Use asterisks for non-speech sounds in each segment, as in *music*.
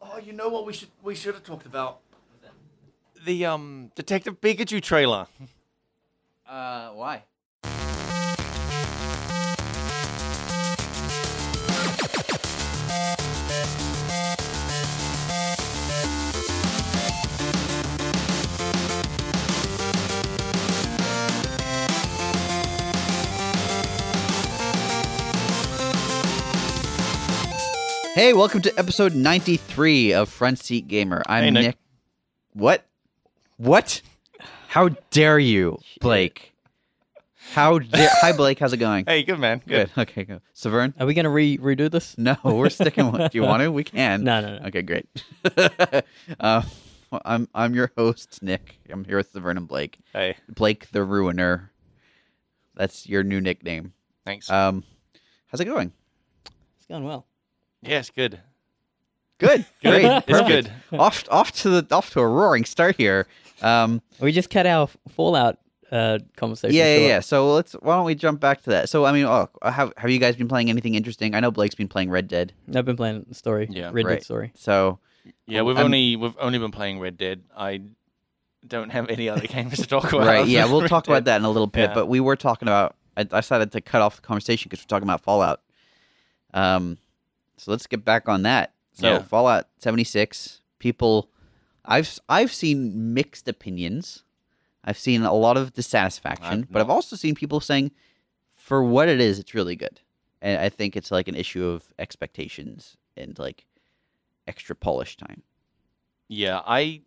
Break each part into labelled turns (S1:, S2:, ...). S1: Oh, you know what we should we should have talked about
S2: The um Detective
S3: *laughs*
S2: Pikachu trailer.
S4: Uh, why?
S3: Hey, welcome to episode 93 of Front Seat Gamer. I'm
S2: Hey,
S3: Nick.
S2: Nick.
S3: What? What? How dare you, Blake? How dare Hi Blake, how's it going?
S2: Hey, good man. Good.
S3: Okay, go. Severn?
S5: Are we gonna re redo this?
S3: No, *laughs* we're sticking with. Do you want to? We can.
S5: No, no, no.
S3: Okay, great. *laughs* uh, I'm I'm your host, Nick. I'm here with Severn and Blake.
S2: Hey,
S3: Blake the Ruiner. That's your new nickname.
S2: thanks.
S3: Um, how's it going?
S5: It's going well.
S2: yes,
S3: Um,
S2: good.
S3: Good.
S2: *laughs* Good.
S3: Great.
S2: It's
S3: perfect. Off off to the off to a roaring start here. Um,
S5: We just cut our Fallout uh, conversation.
S3: yeah, yeah,
S5: short.
S3: yeah. So let's why don't we jump back to that? So I mean, oh, have have you guys been playing anything interesting? I know Blake's been playing Red Dead.
S5: I've been playing the story.
S2: Yeah,
S5: Red Dead
S3: right.
S5: story.
S3: So
S2: Yeah, we've
S3: Um,
S2: only we've only been playing Red Dead. I don't have any other games to talk about.
S3: right,
S2: *laughs*
S3: yeah, we'll
S2: Red
S3: talk about
S2: Dead.
S3: that in a little bit.
S2: Yeah.
S3: But we were talking about. I, I decided to cut off the conversation because we're talking about Fallout. Um, so let's get back on that. So
S2: Yeah.
S3: Fallout seventy six. People, I've I've seen mixed opinions. I've seen a lot of dissatisfaction,
S2: I've
S3: but I've
S2: not.
S3: also seen people saying, for what it is, it's really good. And I think it's like an issue of expectations and like extra polish time.
S2: Yeah, I.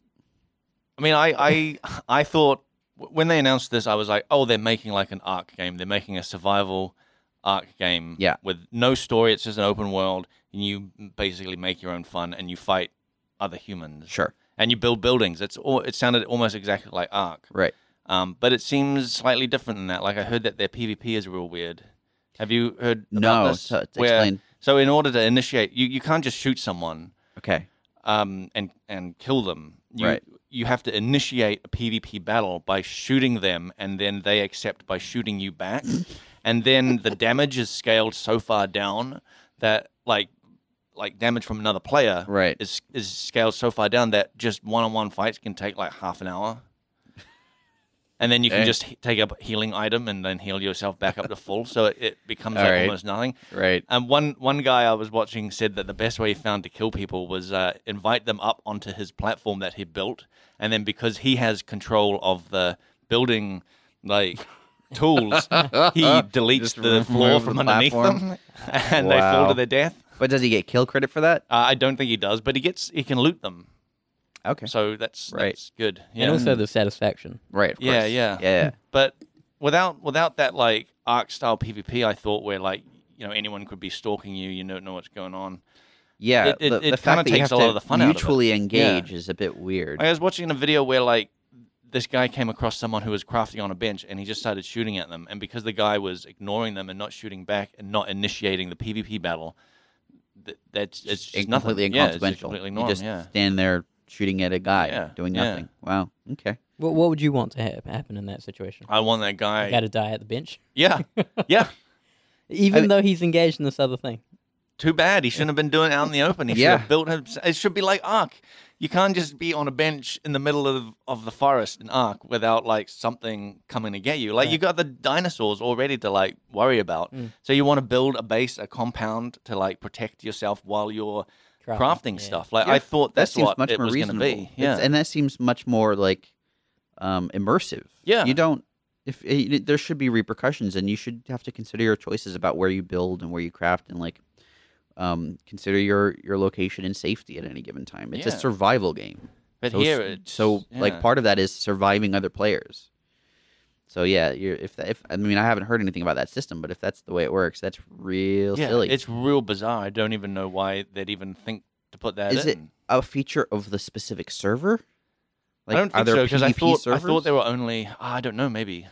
S2: I mean, I I I thought w- when they announced this, I was like, oh, they're making like an arc game. They're making a survival arc game.
S3: Yeah.
S2: With no story, it's just an open world, and you basically make your own fun and you fight other humans
S3: Sure.
S2: and you build buildings. It's all. It sounded almost exactly like Ark.
S3: Right.
S2: Um, but it seems slightly different than that. Like I heard that their PvP is real weird. Have you heard? about
S3: No,
S2: this?
S3: t- t-
S2: Where-
S3: explain.
S2: So in order to initiate, you, you can't just shoot someone
S3: Okay.
S2: um, and and kill them. You,
S3: Right.
S2: You have to initiate a PvP battle by shooting them, and then they accept by shooting
S3: *laughs*
S2: you back, and then the damage is scaled so far down that like like damage from another player
S3: Right.
S2: is is scaled so far down that just one on one fights can take like half an hour. And then you can
S3: Okay.
S2: just he- take up a healing item and then heal yourself back up to full, so it, it becomes
S3: All
S2: like
S3: right.
S2: almost nothing.
S3: Right.
S2: And Um, one one guy I was watching said that the best way he found to kill people was uh, invite them up onto his platform that he built, and then because he has control of the building,
S3: *laughs*
S2: like tools, he deletes
S3: Just
S2: the floor
S3: remove
S2: from
S3: the
S2: underneath
S3: platform.
S2: them, *laughs* and they fall
S3: Wow.
S2: to their death.
S3: But does he get kill credit for that?
S2: Uh, I don't think he does, but he gets he can loot them,
S3: Okay.
S2: so that's
S3: Right.
S2: that's good. Yeah. Mm.
S5: And also the satisfaction.
S3: Right. Of course.
S2: Yeah, yeah.
S3: Yeah.
S2: but without without that like arc style PvP, I thought where like you know anyone could be stalking you, you don't know what's going on.
S3: Yeah.
S2: It- it-
S3: the,
S2: it
S3: the fact
S2: kinda
S3: that you
S2: takes
S3: have
S2: a lot
S3: to
S2: of the fun out of it.
S3: mutually engage is a bit weird.
S2: I was watching a video where like this guy came across someone who was crafting on a bench and he just started shooting at them and because the guy was ignoring them and not shooting back and not initiating the PvP battle th- that's it's just
S3: And
S2: nothing.
S3: completely
S2: Yeah, it's just
S3: inconsequential.
S2: completely
S3: you
S2: normal,
S3: just
S2: yeah.
S3: stand there shooting at a guy
S2: Yeah,
S3: doing
S2: yeah.
S3: nothing. Wow. Okay.
S5: What What would you want to ha- happen in that situation?
S2: I want that guy.
S5: I got to die at the bench,
S2: Yeah. Yeah.
S5: even
S3: mean-
S5: though he's engaged in this other thing.
S2: Too bad he shouldn't have been doing it out in the open. He
S3: Yeah.
S2: should have built himself. It should be like Ark. You can't just be on a bench in the middle of, of the forest in Ark without like something coming to get you. Like you got the dinosaurs already to like worry about.
S3: Mm.
S2: So you want to build a base, a compound to like protect yourself while you're crafting,
S5: Crafting, yeah.
S2: stuff. Like
S3: Yeah,
S2: I thought
S3: that
S2: that's
S3: seems
S2: what
S3: much
S2: it
S3: more
S2: was going to
S3: reasonable.
S2: be.
S3: It's-
S2: Yeah.
S3: and that seems much more like um, immersive.
S2: Yeah.
S3: You don't. If it, there should be repercussions, and you should have to consider your choices about where you build and where you craft, and like um, consider your your location and safety at any given time. It's a
S2: Yeah.
S3: survival game.
S2: but
S3: so, s-
S2: here, it's,
S3: so like
S2: yeah.
S3: part of that is surviving other players. So yeah, you're, if that, if I mean I haven't heard anything about that system, but if that's the way it works, that's real
S2: yeah,
S3: silly.
S2: it's real bizarre. I don't even know why they'd even think to put that
S3: is
S2: in.
S3: it a feature of the specific server?
S2: I don't
S3: are
S2: think
S3: there
S2: so because I
S3: PvP
S2: thought I
S3: servers?
S2: thought there were only ah, I don't know maybe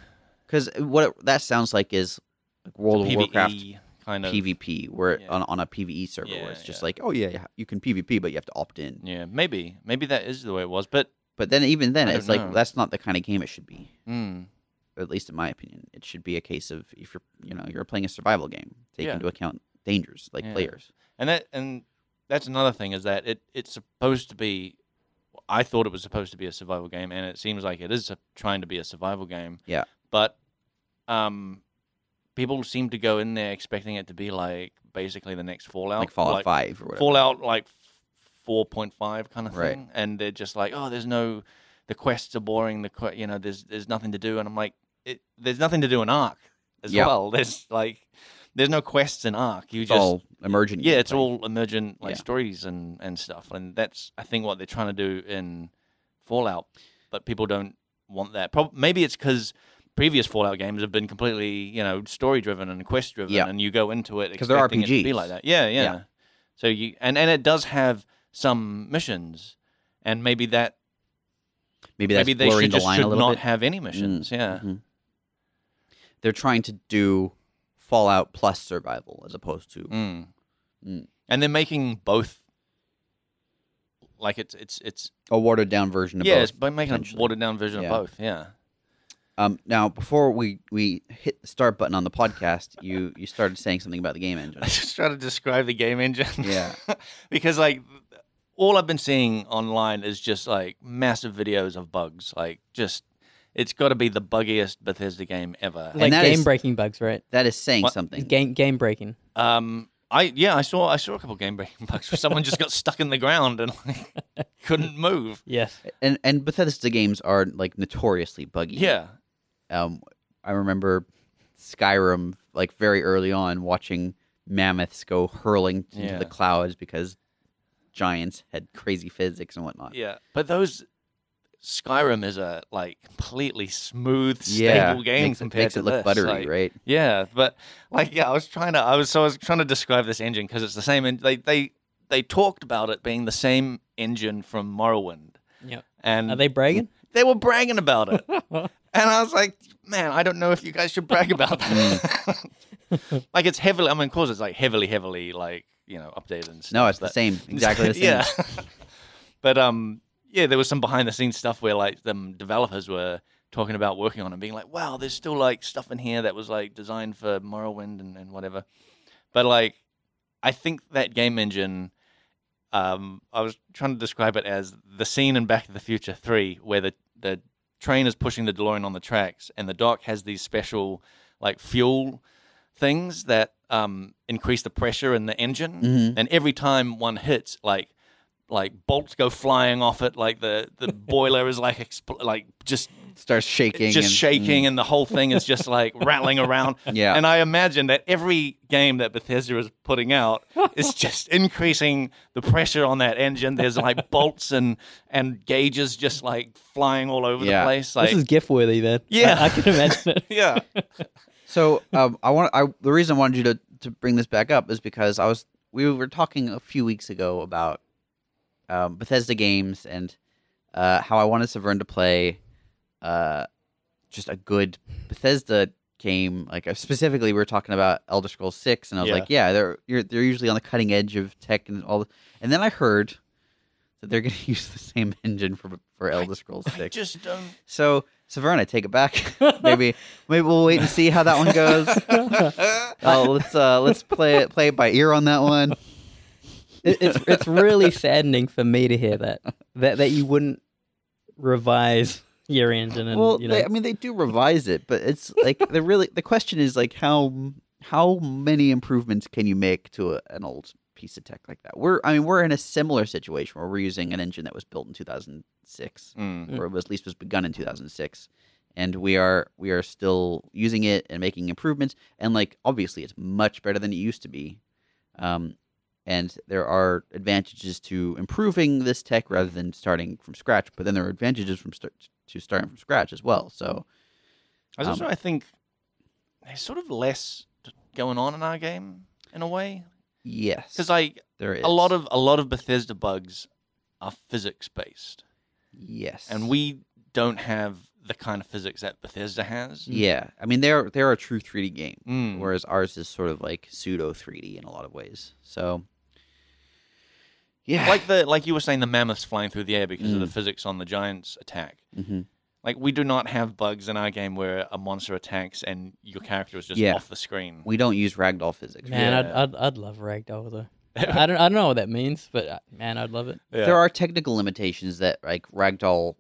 S3: Because what it, that sounds like is like World of
S2: PvE
S3: Warcraft
S2: E
S3: E.
S2: kind of
S3: PvP, where
S2: Yeah.
S3: on, on a PvE server, where
S2: Yeah,
S3: it's just
S2: yeah.
S3: like, oh yeah, yeah, you can PvP, but you have to opt in.
S2: Yeah, maybe maybe that is the way it was, but
S3: But then even then,
S2: I
S3: it's
S2: don't
S3: like
S2: know.
S3: that's not the kind of game it should be.
S2: mm,
S3: At least in my opinion, it should be a case of if you're you know you're playing a survival game, take
S2: Yeah.
S3: into account dangers like
S2: Yeah.
S3: players.
S2: and that and that's another thing is that it it's supposed to be. I thought it was supposed to be a survival game, and it seems like it is a, trying to be a survival game.
S3: Yeah.
S2: but um, people seem to go in there expecting it to be like basically the next Fallout,
S3: like Fallout Five or whatever.
S2: Oh, Fallout like four point five kind of
S3: Right.
S2: thing, and they're just like, oh, there's no, the quests are boring. The que- you know, there's there's nothing to do, and I'm like, it, there's nothing to do in Ark as
S3: Yeah. Oh,
S2: well. *laughs* There's like, there's no quests in Ark. You
S3: it's
S2: just
S3: all emergent.
S2: yeah, it's
S3: gameplay.
S2: all emergent like
S3: Yeah.
S2: stories and and stuff, and that's I think what they're trying to do in Fallout, but people don't want that. Prob- maybe it's because previous Fallout games have been completely you know story driven and quest driven,
S3: Yeah.
S2: and you go into it
S3: 'Cause they're
S2: expecting it to be
S3: RPGs.
S2: like that. Yeah, yeah,
S3: Yeah.
S2: So you and and it does have some missions, and maybe that
S3: maybe that's
S2: maybe they
S3: blurring
S2: should
S3: the
S2: just
S3: line
S2: should
S3: a little
S2: not
S3: bit.
S2: have any missions. Yeah,
S3: Mhm. They're trying to do Fallout plus survival as opposed to
S2: Mm.
S3: Mm-hmm. Mm.
S2: and they're making both. Like it's it's it's
S3: a watered down version of
S2: yeah,
S3: both.
S2: it's by making a
S3: potentially.
S2: watered down version
S3: Yeah.
S2: of both. Yeah. *laughs*
S3: Um, now, before we, we hit the start button on the podcast, you, you started saying something about the game
S2: *laughs*
S3: engine.
S2: I just try to describe the game engine.
S3: Yeah.
S2: *laughs* because like all I've been seeing online is just like massive videos of bugs. Like just it's got to be the buggiest Bethesda game ever.
S5: Like
S3: that is-
S5: game breaking bugs, right?
S3: That is saying
S2: What?
S3: something.
S5: Game game breaking.
S2: Um, I yeah, I saw I saw a couple game breaking *laughs* bugs where someone just got stuck in the ground and like *laughs* couldn't move.
S5: Yes.
S3: And and Bethesda games are like notoriously buggy.
S2: Yeah.
S3: Um, I remember Skyrim like very early on watching mammoths go hurling into
S2: Yeah.
S3: the clouds because giants had crazy physics and whatnot.
S2: Yeah, but those Skyrim is a like completely smooth, stable
S3: Yeah,
S2: game
S3: makes, it-
S2: compared
S3: makes
S2: to
S3: it look
S2: this.
S3: buttery,
S2: Like,
S3: right?
S2: Yeah, but like yeah, I was trying to I was so I was trying to describe this engine because it's the same. And they they they talked about it being the same engine from Morrowind.
S5: Yep.
S2: And
S5: Are they bragging?
S2: they were bragging about
S5: *laughs*
S2: it. And I was like, man, I don't know if you guys should brag about that.
S3: Mm.
S2: *laughs* like it's heavily, I mean, of course, it's like heavily, heavily, like you know, updated and stuff.
S3: No, it's the
S2: but-
S3: same, exactly the same.
S2: *laughs* yeah. *laughs* but um, yeah, there was some behind the scenes stuff where like them developers were talking about working on it, being like, wow, there's still like stuff in here that was like designed for Morrowind and, and whatever. But like, I think that game engine. Um, I was trying to describe it as the scene in Back to the Future Three where the the train is pushing the DeLorean on the tracks, and the dock has these special like fuel things that um, increase the pressure in the engine.
S3: Mhm.
S2: And every time one hits, like like bolts go flying off it, like the
S3: *laughs*
S2: the boiler is like expl- like just
S3: Starts shaking.
S2: just
S3: and, mm.
S2: shaking, and the whole thing is just
S3: *laughs*
S2: like rattling around.
S3: Yeah.
S2: And I imagine that every game that Bethesda is putting out
S3: *laughs*
S2: is just increasing the pressure on that engine. There's like bolts and and gauges just like flying all over
S3: Yeah.
S2: the place. Like
S5: this is GIF worthy, man.
S2: Yeah.
S5: I, I can imagine it.
S2: *laughs* yeah,
S3: So um, I want I the reason I wanted you to to bring this back up is because I was we were talking a few weeks ago about um, Bethesda games and uh, how I wanted Severn to play uh, just a good Bethesda game. Like uh, specifically, we were talking about Elder Scrolls Six, and I was
S2: Yeah.
S3: like, yeah, they're you're, they're usually on the cutting edge of tech and all. The, and then I heard that they're going to *laughs* use the same engine for for Elder Scrolls Six.
S2: just um,
S3: *laughs*
S2: don't.
S3: So, Severin, I take it back.
S5: *laughs*
S3: maybe, maybe we'll wait and see how that one goes. uh, let's uh, let's play it play it by ear on that one.
S5: It- It's it's really saddening for me to hear that that that you wouldn't revise your engine and
S3: well,
S5: you know
S3: they, I mean, they do revise it, but it's like the really the question is like how how many improvements can you make to a, an old piece of tech like that? We're I mean, we're in a similar situation where we're using an engine that was built in two thousand six.
S2: *laughs* Mm.
S5: Mm.
S3: or it was, at least was begun in 2006 and we are we are still using it and making improvements and like obviously it's much better than it used to be um, and there are advantages to improving this tech rather than starting from scratch but then there are advantages from start to starting from scratch as well so
S2: I was
S3: Um,
S2: also, I think, there's sort of less t- going on in our game in a way
S3: yes
S2: because like
S3: there is
S2: a lot of a lot of Bethesda bugs are physics based,
S3: yes
S2: and we don't have the kind of physics that Bethesda has.
S3: Mm. yeah i mean they're they're a true 3d game
S2: Mm.
S3: whereas ours is sort of like pseudo 3d in a lot of ways so yeah
S2: *laughs* Like the like you were saying, the mammoths flying through the air because of the
S3: Mm.
S2: physics on the giants' attack.
S3: Mhm.
S2: Like we do not have bugs in our game where a monster attacks and your character is just
S3: Yeah.
S2: off the screen.
S3: we don't use ragdoll physics
S5: man,
S2: yeah. *laughs*
S5: I'd, I'd I'd love ragdoll though. I don't I don't know what that means, but uh, man, I'd love it.
S2: Yeah.
S3: There are technical limitations that like ragdoll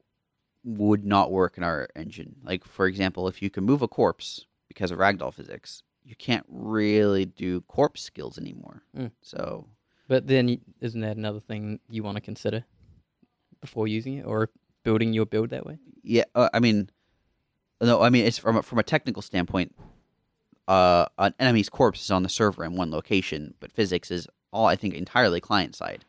S3: would not work in our engine. Like for example, if you can move a corpse because of ragdoll physics, you can't really do corpse skills anymore.
S5: Mm.
S3: So
S5: But then y- isn't that another thing you want to consider before using it or building your build that way?
S3: yeah, uh, I mean, no, I mean it's from a, from a technical standpoint. Uh, an enemy's corpse is on the server in one location, but physics is all I think entirely client side.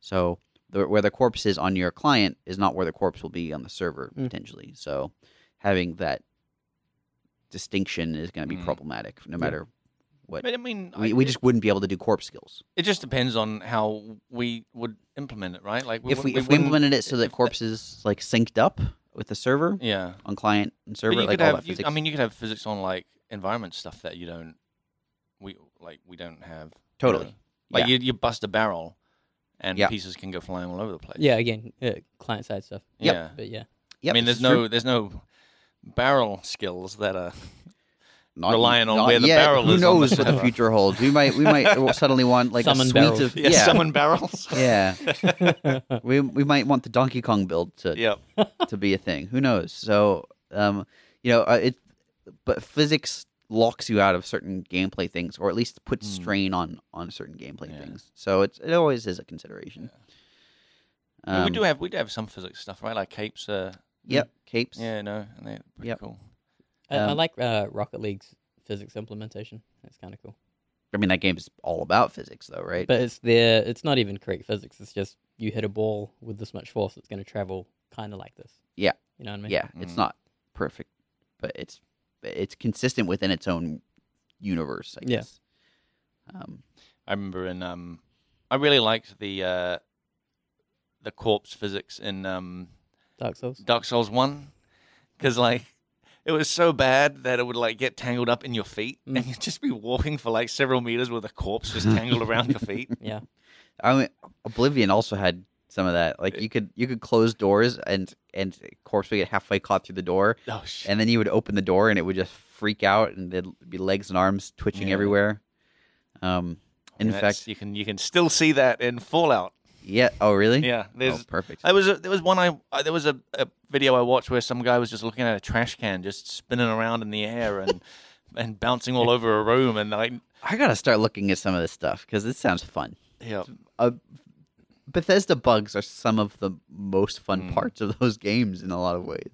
S3: So the, where the corpse is on your client is not where the corpse will be on the server
S5: Mm.
S3: potentially. So having that distinction is going to be
S2: Mm.
S3: problematic, no matter what.
S2: But I mean,
S3: we,
S2: I-
S3: we
S2: it-
S3: just wouldn't be able to do corpse skills
S2: it just depends on how we would implement it, right? Like
S3: if we, if we
S2: wouldn't-
S3: implemented it so
S2: if *laughs*
S3: that corpse is like synced up with the server
S2: yeah.
S3: on client and
S2: But
S3: server,
S2: you
S3: like
S2: could
S3: all
S2: have,
S3: that
S2: you-
S3: physics.
S2: I mean, you could have physics on like environment stuff that you don't. We like we don't have you
S3: Totally.
S2: know? Like
S3: Yeah.
S2: you, you bust a barrel, and
S3: Yeah.
S2: pieces can go flying all over the place.
S5: Yeah, again, uh, client side stuff.
S3: Yep.
S2: Yeah.
S5: But yeah,
S3: Yep,
S2: I mean,
S3: this
S2: there's
S3: is true.
S2: no there's no barrel skills that are *laughs*
S3: Not-
S2: relying on
S3: not
S2: where the
S3: yet.
S2: barrel
S3: Who
S2: is on the
S3: knows what the
S2: server.
S3: future holds? We might we
S2: *laughs*
S3: might suddenly want like
S5: Summon
S3: a suite
S5: barrels.
S3: of
S2: yeah,
S3: yeah *laughs*
S2: summon barrels.
S3: yeah. we we might want the Donkey Kong build to
S2: yep.
S3: to be a thing. Who knows? So um you know uh, it but physics locks you out of certain gameplay things or at least puts
S2: Hmm.
S3: strain on on certain gameplay
S2: Yeah.
S3: things. So it's it always is a consideration.
S2: But we
S3: Um,
S2: do have we do have some physics stuff, right? Like capes. Uh,
S3: yep capes.
S2: yeah, no, and they're pretty
S3: Yep.
S2: cool.
S5: I, I
S3: Um,
S5: like uh, Rocket League's physics implementation. That's kind of cool.
S3: I mean that game's all about physics though, right?
S5: But it's there. It's not even correct physics. It's just you hit a ball with this much force, it's going to travel kind of like this.
S3: Yeah.
S5: You know what I mean?
S3: Yeah, it's
S2: Mm.
S3: not perfect, but it's it's consistent within its own universe, I
S5: Yeah.
S3: guess. Um,
S2: I remember in um, I really liked the uh, the corpse physics in um,
S5: Dark Souls.
S2: Dark Souls One, because like it was so bad that it would like get tangled up in your feet,
S5: Mm.
S2: and you'd just be walking for like several meters with a corpse just tangled around your feet.
S5: Yeah.
S3: I mean, Oblivion also had some of that. Like you could you could close doors and and corpse would get halfway caught through the door,
S2: Oh shit!
S3: and then you would open the door and it would just freak out and there'd be legs and arms twitching
S2: Yeah.
S3: everywhere. Um, in
S2: That's-
S3: fact,
S2: you can you can still see that in Fallout.
S3: yeah. Oh, really?
S2: Yeah,
S3: Oh,
S2: there's
S3: perfect.
S2: There was a, there was one I uh, there was a, a video I watched where some guy was just looking at a trash can just spinning around in the air and and bouncing all over a room and like
S3: I gotta start looking at some of this stuff because this sounds fun.
S2: yeah
S3: uh, Bethesda bugs are some of the most
S2: Hmm.
S3: fun parts of those games in a lot of ways.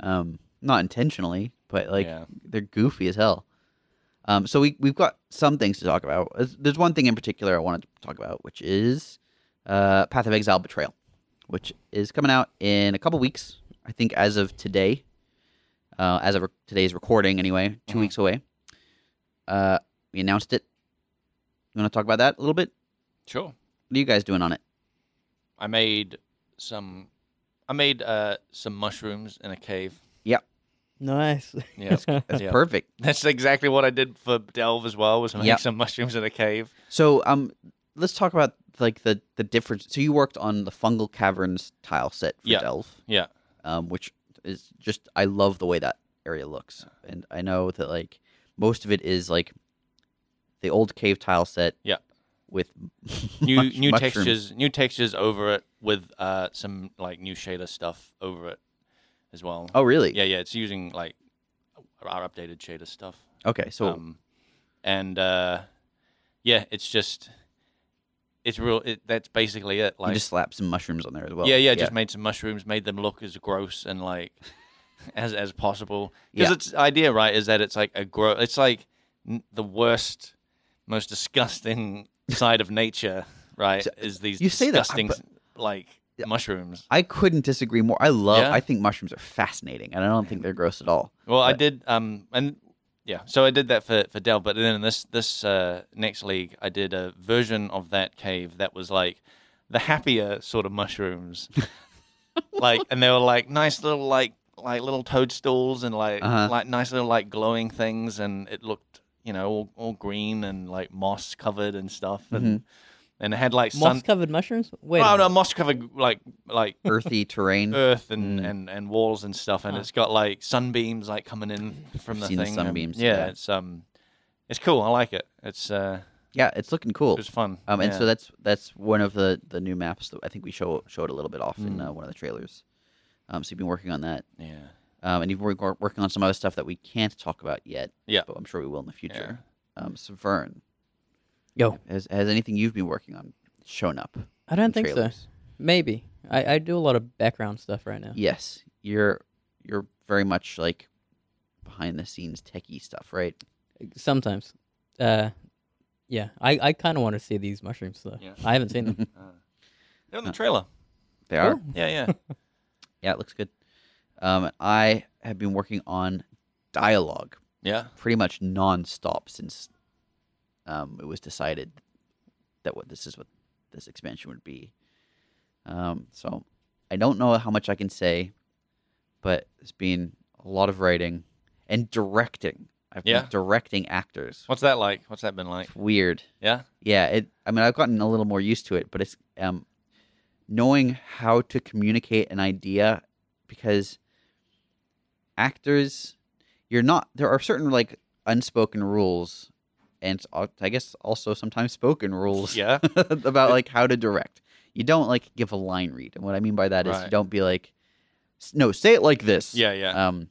S3: Um, not intentionally, but like
S2: Yeah.
S3: they're goofy as hell. Um, so we we've got some things to talk about. There's- There's one thing in particular I wanted to talk about, which is uh, Path of Exile Betrayal, which is coming out in a couple weeks. I think as of today, uh, as of re- today's recording, anyway, 2
S2: Mm-hmm.
S3: weeks away. Uh, we announced it. You want to talk about that a little bit?
S2: sure
S3: What are you guys doing on it?
S2: I made some I made uh some mushrooms in a cave
S5: Nice.
S2: *laughs* yeah
S5: *laughs*
S3: That's
S2: Yeah.
S3: perfect.
S2: that's exactly what I did for Delve as well was make
S3: Yeah.
S2: some mushrooms in a cave
S3: So, um, let's talk about like the the difference. So you worked on the fungal caverns tile set for
S2: Yeah.
S3: Delve, *laughs*
S2: yeah
S3: um, which is just I love the way that area looks, and I know that like most of it is like the old cave tile set.
S2: Yeah.
S3: With
S2: *laughs* new
S3: mush-
S2: new
S3: mushrooms.
S2: textures new textures over it with uh some like new shader stuff over it as well
S3: Oh, really?
S2: yeah yeah it's using like our updated shader stuff
S3: Okay. So
S2: um, and uh, yeah, it's just it's real. It, that's basically it.
S3: you
S2: Like
S3: just slap some mushrooms on there as well.
S2: yeah, yeah, just made some mushrooms, made them look as gross and like *laughs* as as possible. Because
S3: Yeah.
S2: its idea, right, is that it's like a gross. It's like n- the worst, most disgusting *laughs* side of nature, right?
S3: So,
S2: Is these
S3: you say that,
S2: disgusting
S3: but-
S2: like
S3: Yeah.
S2: mushrooms?
S3: I couldn't disagree more. I love.
S2: Yeah.
S3: I think mushrooms are fascinating, and I don't think they're gross at
S2: *laughs*
S3: all.
S2: Well, I
S3: But-
S2: did, um, and yeah, so I did that for for Dell. But then in this this uh, next league, I did a version of that cave that was like the happier sort of mushrooms, like, and they were like nice little like like little toadstools and like
S3: Uh-huh.
S2: like nice little like glowing things, and it looked you know all, all green and like moss covered and stuff, and and it had like
S5: Moss
S2: sun.
S5: covered mushrooms? Wait. a
S2: Oh no,
S5: minute.
S2: moss covered like like
S3: Earthy terrain.
S2: earth and,
S3: Mm.
S2: and, and walls and stuff, and it's got like sunbeams like coming in from the
S3: Seen the
S2: thing. um,
S3: sunbeams,
S2: yeah,
S3: yeah.
S2: it's um, it's cool. I like it. It's uh,
S3: Yeah, it's looking
S2: It
S3: cool.
S2: was fun.
S3: Um, and
S2: yeah.
S3: so that's that's one of the the new maps that I think we show showed a little bit off in
S2: Hmm.
S3: uh, one of the trailers. Um, so you've been working on that,
S2: yeah.
S3: um, and you've been wor- working on some other stuff that we can't talk about yet.
S2: Yeah.
S3: but I'm sure we will in the future. Um, so Vern,
S5: Yo,
S3: has has anything you've been working on shown up?
S5: I don't
S3: in
S5: think so.
S3: trailers?
S5: Maybe I, I do a lot of background stuff right now.
S3: Yes, you're you're very much like behind the scenes techie stuff, right?
S5: Sometimes, uh, yeah, I, I kind of want to see these mushrooms though.
S2: Yeah.
S5: I haven't seen
S2: *laughs*
S5: them.
S2: They're
S3: Uh.
S2: in the trailer.
S3: *laughs* They
S5: Cool.
S3: are.
S2: Yeah,
S3: *laughs*
S2: yeah.
S3: Yeah, it looks good. Um, I have been working on dialogue
S2: yeah.
S3: pretty much nonstop since um, it was decided that what this is what this expansion would be. Um, so I don't know how much I can say, but it's been a lot of writing and directing. I've
S2: Yeah.
S3: been directing actors.
S2: What's that like? What's that been like?
S3: It's weird. *laughs*
S2: Yeah.
S3: Yeah, it. I mean, I've gotten a little more used to it, but it's um, knowing how to communicate an idea because actors, you're not. There are certain like unspoken rules, and uh, I guess also sometimes spoken rules.
S2: Yeah.
S3: *laughs* about like how to direct. You don't like give a line read, and what I mean by that is you
S2: Right.
S3: don't be like, "S- no, say it like this.
S2: Yeah, yeah.
S3: Um.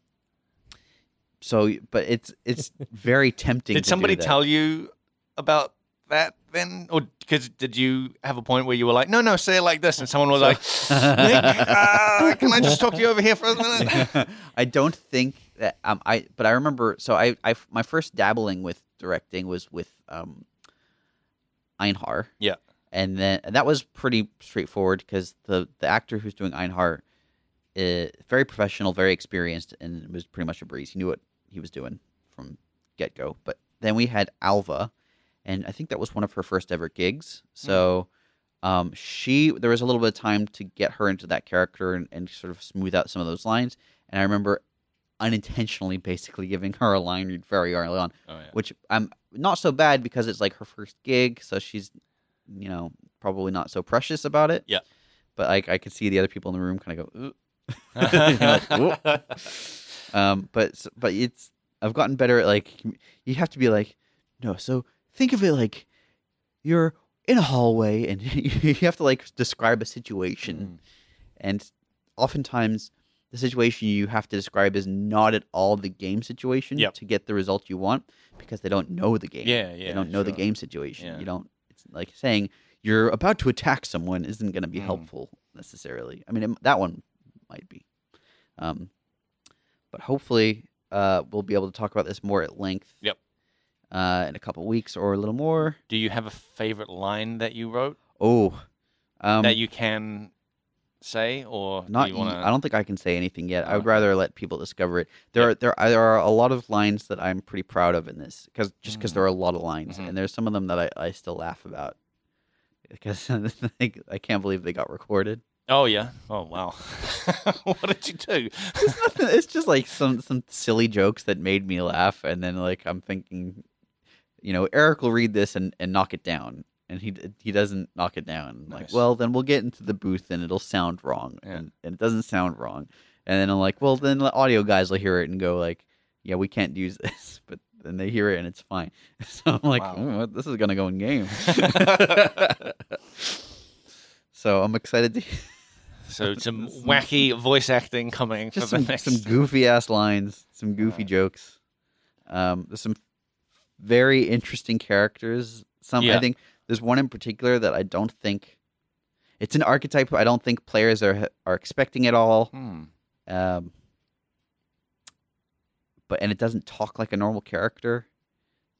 S3: So, but it's
S2: *laughs*
S3: it's very tempting.
S2: Did
S3: to do
S2: somebody
S3: that.
S2: tell you about that then? Or because did you have a point where you were like, no, no, say it like this? And someone was like,
S3: *laughs*
S2: Nick, uh, can I just talk to you over here for a minute? *laughs*
S3: I don't think that um I but I remember so I I my first dabbling with directing was with um Einhar.
S2: Yeah.
S3: And then and that was pretty straightforward because the the actor who's doing Einhar is very professional, very experienced and it was pretty much a breeze. He knew what he was doing from get go. But then we had Alva and I think that was one of her first ever gigs. So um, she there was a little bit of time to get her into that character and, and sort of smooth out some of those lines. And I remember unintentionally basically giving her a line read very early on,
S2: Oh, yeah.
S3: which I'm not so bad because it's like her first gig, so she's you know probably not so precious about it.
S2: Yeah.
S3: But like I could see the other people in the room kind of go, Ooh. *laughs* You know, like, "Whoa."
S2: *laughs*
S3: um, but s- but it's I've gotten better at like commu- you have to be like no, so think of it like you're in a hallway and *laughs* you have to like describe a situation, and oftentimes the situation you have to describe is not at all the game situation
S2: Yep.
S3: to get the result you want because they don't know the game.
S2: Yeah, yeah.
S3: they don't know the
S2: sure.
S3: game situation.
S2: Yeah.
S3: You don't. It's like saying you're about to attack someone isn't going to be
S2: Mm.
S3: helpful necessarily. I mean, it, that one might be, um, but hopefully uh, we'll be able to talk about this more at length.
S2: Yep.
S3: Uh, in a couple weeks or a little more.
S2: Do you have a favorite line that you wrote
S3: Oh, um,
S2: that you can say? Or do
S3: not.
S2: you
S3: ye-
S2: want to?
S3: I don't think I can say anything yet. I
S2: Oh,
S3: would
S2: okay.
S3: rather let people discover it. There, are, there, are, there are a lot of lines that I'm pretty proud of in this because just because there are a lot of lines,
S2: Mhm.
S3: and there's some of them that I, I still laugh about *laughs* because I, I can't believe they got recorded.
S2: Oh, yeah. Oh, wow. *laughs* what did
S3: *laughs*
S2: you do?
S3: It's nothing. It's just like some some silly jokes that made me laugh, and then like I'm thinking, you know, Eric will read this and, and knock it down, and he d- he doesn't knock it down. I'm Like,
S2: Nice.
S3: well, then we'll get into the booth, and it'll sound wrong,
S2: Yeah.
S3: and, and it doesn't sound wrong, and then I'm like, well, then the audio guys will hear it and go like, yeah, we can't use *laughs* this, but then they hear it and it's fine. *laughs* So I'm like,
S2: Wow.
S3: "Oh, this is gonna go in
S2: *laughs*
S3: game. so I'm excited to.
S2: So, some wacky voice acting coming
S3: just
S2: for
S3: some,
S2: the next. Uh.
S3: some goofy ass lines, some goofy jokes. Um, there's some very interesting characters. Some I
S2: Yeah.
S3: think there's one in particular that I don't think it's an archetype. I don't think players are are expecting at all.
S2: Hmm.
S3: Um, but and it doesn't talk like a normal
S2: *laughs*
S3: character.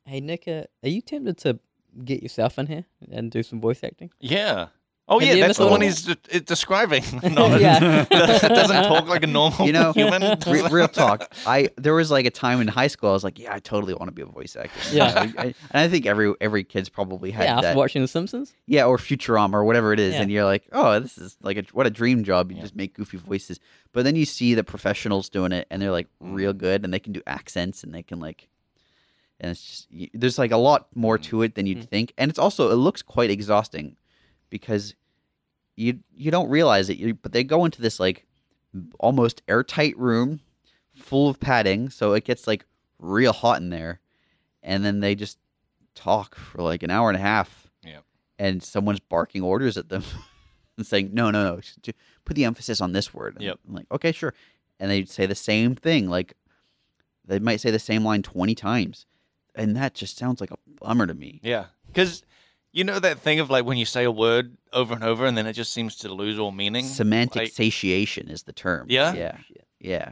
S5: Hey Nick, uh, are you tempted to get yourself in here and do some voice acting?
S2: Yeah. Oh
S5: Have
S2: yeah,
S5: you
S2: that's
S5: ever
S2: the one
S5: thought-
S2: he's de-
S3: *laughs*
S2: it- describing. *laughs* No,
S5: Yeah.
S2: it doesn't talk like a normal
S3: You know,
S2: human.
S3: *laughs* Re- real talk. I there was like a time in high school I was like, yeah, I totally want to be a voice actor.
S5: Yeah.
S3: *laughs* I- I- and I think every every kid's probably had
S5: yeah, after
S3: that.
S5: watching The Simpsons.
S3: yeah, or Futurama or whatever it is,
S5: Yeah.
S3: and you're like, oh, this is like a, what a dream job. You
S2: Yeah.
S3: just make goofy voices, but then you see the professionals doing it, and they're like real good, and they can do accents, and they can like, and it's just y there's like a lot more to it than you'd think, and it's also it looks quite exhausting, because you you don't realize it, you, but they go into this like almost airtight room full of padding, so it gets like real hot in there, and then they just talk for like an hour and a half.
S2: Yep.
S3: And someone's barking orders at them *laughs* and saying, "No, no, no, sh- put the emphasis on this word." And
S2: Yep.
S3: I'm like, "Okay, sure." And they say the same thing. Like they might say the same line 20 times. And that just sounds like a bummer to me.
S2: Yeah. Because you know that thing of like when you say a word over and over and then it just seems to lose all meaning?
S3: Semantic
S2: Like-
S3: satiation is the term.
S2: Yeah?
S3: Yeah. Yeah.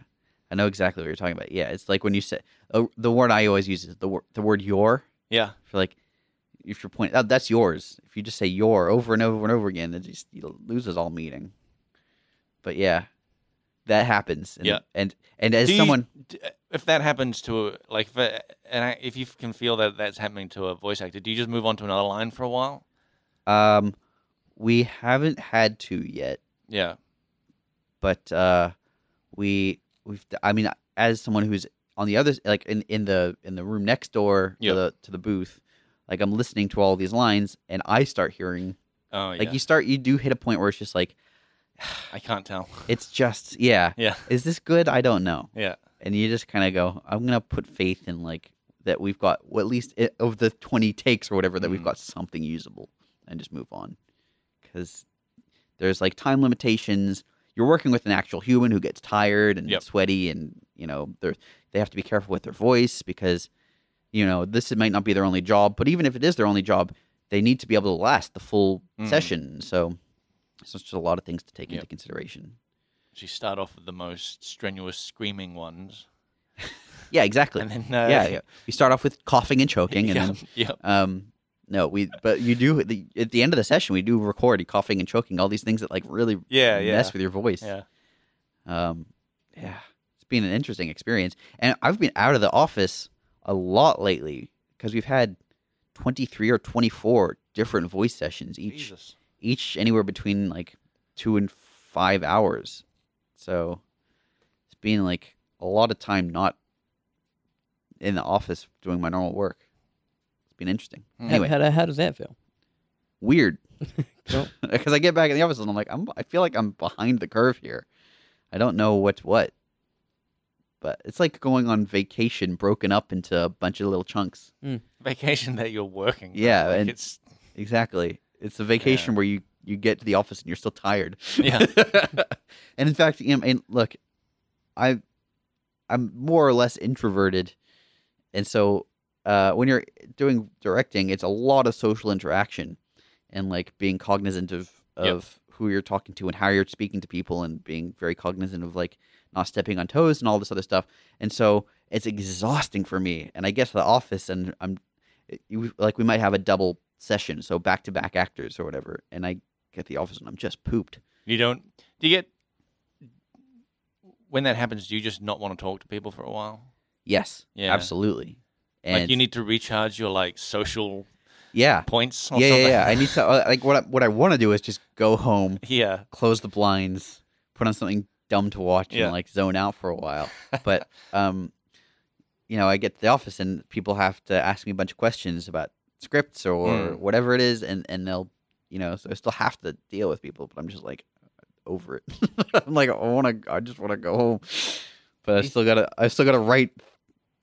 S3: I know exactly what you're talking about. Yeah, it's like when you say oh, the word I always use is the word the word your
S2: yeah.
S3: for like if you're pointing that, that's yours. If you just say your over and over and over again, it just it loses all meaning. But yeah, that happens. And,
S2: Yeah.
S3: and and as
S2: Do you-
S3: someone,
S2: d- uh, if that happens to a- like if a, and I, if you can feel that that's happening to a voice actor, do you just move on to another line for a while?
S3: um, we haven't had to yet,
S2: Yeah.
S3: but uh, we we've. I mean, as someone who's on the other s- like in in the in the room next door
S2: Yeah.
S3: to the to the booth, like I'm listening to all these lines, and I start hearing
S2: Oh yeah.
S3: like you start you do hit a point where it's just like
S2: *sighs* I can't tell. *laughs*
S3: it's just yeah.
S2: Yeah.
S3: Is this good? I don't know.
S2: Yeah.
S3: and you just kind of go, I'm gonna put faith in like that we've got well, at least i of the 20 takes or whatever that we've
S2: Mm.
S3: got something usable, and just move on, because there's like time limitations. You're working with an actual human who gets tired and
S2: Yep.
S3: sweaty, and you know they are they have to be careful with their voice because you know this might not be their only job, but even if it is their only job, they need to be able to last the full
S2: Mm.
S3: session. So, so it's just a lot of things to take into
S2: Yep.
S3: consideration.
S2: So you start off with the most strenuous screaming ones,
S3: Yeah, exactly.
S2: and then uh,
S3: yeah,
S2: *laughs*
S3: yeah. You start off with coughing and choking, and
S2: yeah,
S3: then
S2: *laughs* yeah.
S3: Um, no, we but you do the, at the end of the session we do record you coughing and choking all these things that like really
S2: Yeah, yeah.
S3: mess with your voice.
S2: Yeah.
S3: Um, yeah, it's been an interesting experience, and I've been out of the office a lot lately because we've had twenty three or twenty four different voice sessions each,
S2: Jesus.
S3: each anywhere between like two and five hours. So it's been like a lot of time not in the office doing my normal work. It's been interesting.
S2: Hmm. *laughs*
S3: Anyway,
S5: How, how, how does that feel? *laughs*
S3: weird. *laughs*
S5: Cool.
S3: Because I get back in the office and I'm like, I'm, I feel like I'm behind the curve here. I don't know what's what. But it's like going on vacation broken up into a bunch of little chunks.
S2: Vacation that you're working.
S3: Yeah,
S2: like
S3: and-
S2: it's
S3: Exactly. It's a vacation where you, you get to the office and you're still tired.
S2: yeah,
S3: *laughs* and in fact, you know, and look, I, I'm more or less introverted, and so uh, when you're doing directing, it's a lot of social interaction, and like being cognizant of of
S2: Yep.
S3: who you're talking to and how you're speaking to people, and being very cognizant of like not stepping on toes and all this other stuff. And so it's exhausting for me. And I get to the office and I'm it- you- like, we might have a double session, so back to back actors or whatever. And I get to the office and I'm just pooped.
S2: you don't. Do you get when that happens? Do you just not want to talk to people for a while?
S3: Yes.
S2: Yeah.
S3: Absolutely. And
S2: like you need to recharge your like social
S3: yeah.
S2: points. Or
S3: Yeah,
S2: Oh, something.
S3: yeah, yeah. I need to uh, like what I, what I want to do is just go home,
S2: yeah.
S3: close the blinds, put on something dumb to watch,
S2: Yeah.
S3: and like zone out for a
S2: *laughs*
S3: while. But um, you know, I get to the office and people have to ask me a bunch of questions about scripts or
S2: Mm.
S3: whatever it is, and and they'll you know, so I still have to deal with people, but I'm just like over it. *laughs* I'm like I want to, I just want to go home, but I still gotta, I still gotta write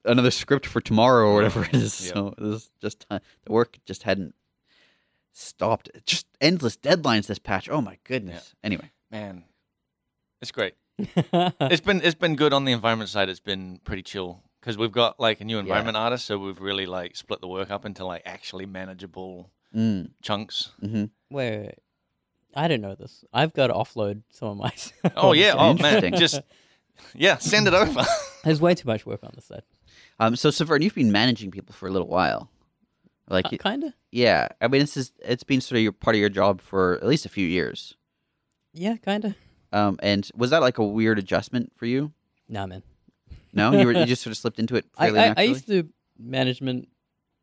S3: another script for tomorrow or whatever it is. *laughs*
S2: Yep.
S3: So this is just ti- the work just hadn't stopped. It's Just endless deadlines this patch. Oh my goodness. Anyway,
S2: Man, it's great.
S5: yeah,
S2: It's been it's been good on the environment side. It's been pretty chill because we've got like a new environment artist, so we've really like split the work up into like actually manageable
S3: mm,
S2: chunks.
S3: mhm.
S5: wait, wait, wait. I don't know this. I've got to offload some of my. *laughs*
S2: Oh yeah. Oh man.
S3: Interesting.
S2: Just yeah. Send it over. *laughs*
S5: There's way too much work on this side.
S3: um, so Severn, you've been managing people for a little while.
S5: *laughs*
S3: Like, y-
S5: Kind of.
S3: yeah, I mean, this is it's been sort of your part of your job for at least a few years.
S5: Yeah, kind of.
S3: Um, and was that like a weird adjustment for you?
S5: Nah, man.
S3: No, you, were,
S5: *laughs*
S3: you just sort of slipped into it.
S5: I,
S3: Fairly
S5: I, I
S3: naturally?
S5: used to do management,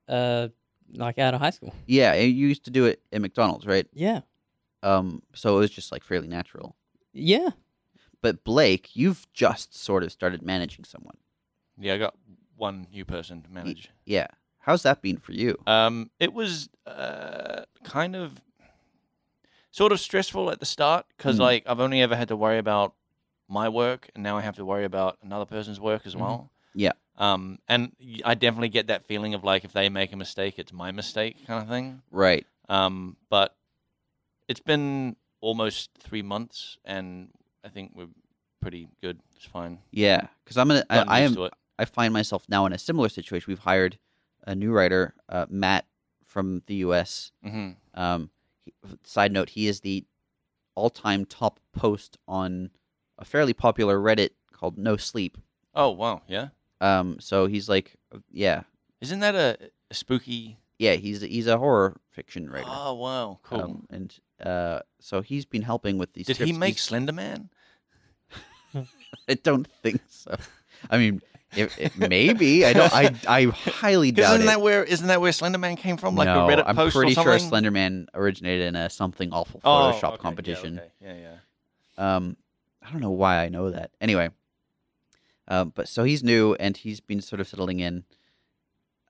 S5: uh, like out of high school.
S3: Yeah, and you used to do it at McDonald's, right?
S5: Yeah,
S3: Um, so it was just like fairly natural. *laughs*
S5: yeah.
S3: But Blake, you've just sort of started managing someone.
S2: yeah, I got one new person to manage.
S3: Yeah, how's that been for you?
S2: Um, it was uh, kind of sort of stressful at the start because
S3: Mm.
S2: like I've only ever had to worry about my work, and now I have to worry about another person's work as well.
S3: Mm-hmm. Yeah.
S2: Um, and y- I definitely get that feeling of like if they make a mistake, it's my mistake kind of thing.
S3: Right.
S2: Um, but it's been almost three months, and I think we're pretty good. It's fine.
S3: Yeah. Because I'm gonna. I,
S2: Gotten
S3: I
S2: used
S3: am.
S2: to it.
S3: I find myself now in a similar situation. We've hired a new writer, uh, Matt from the U.S.
S2: Mhm.
S3: Um, he, side note: He is the all-time top post on a fairly popular Reddit called No Sleep.
S2: Oh wow, yeah.
S3: Um, so he's like, yeah,
S2: Isn't that a, a spooky?
S3: yeah. He's he's a horror fiction writer.
S2: Oh wow, cool.
S3: Um, and uh, so he's been helping with these.
S2: Did he
S3: scripts.
S2: make
S3: He's-
S2: Slender Man?
S3: I don't think so. I mean, if, if- maybe I don't. I I highly doubt
S2: Isn't
S3: it.
S2: that where isn't that where Slender Man came from? Like
S3: no,
S2: a Reddit
S3: I'm
S2: post
S3: pretty
S2: or
S3: sure
S2: something?
S3: Slenderman originated in a something awful
S2: Oh,
S3: Photoshop
S2: okay, yeah,
S3: competition.
S2: okay, Yeah, yeah.
S3: Um, I don't know why I know that. Anyway, um, but so he's new and he's been sort of settling in,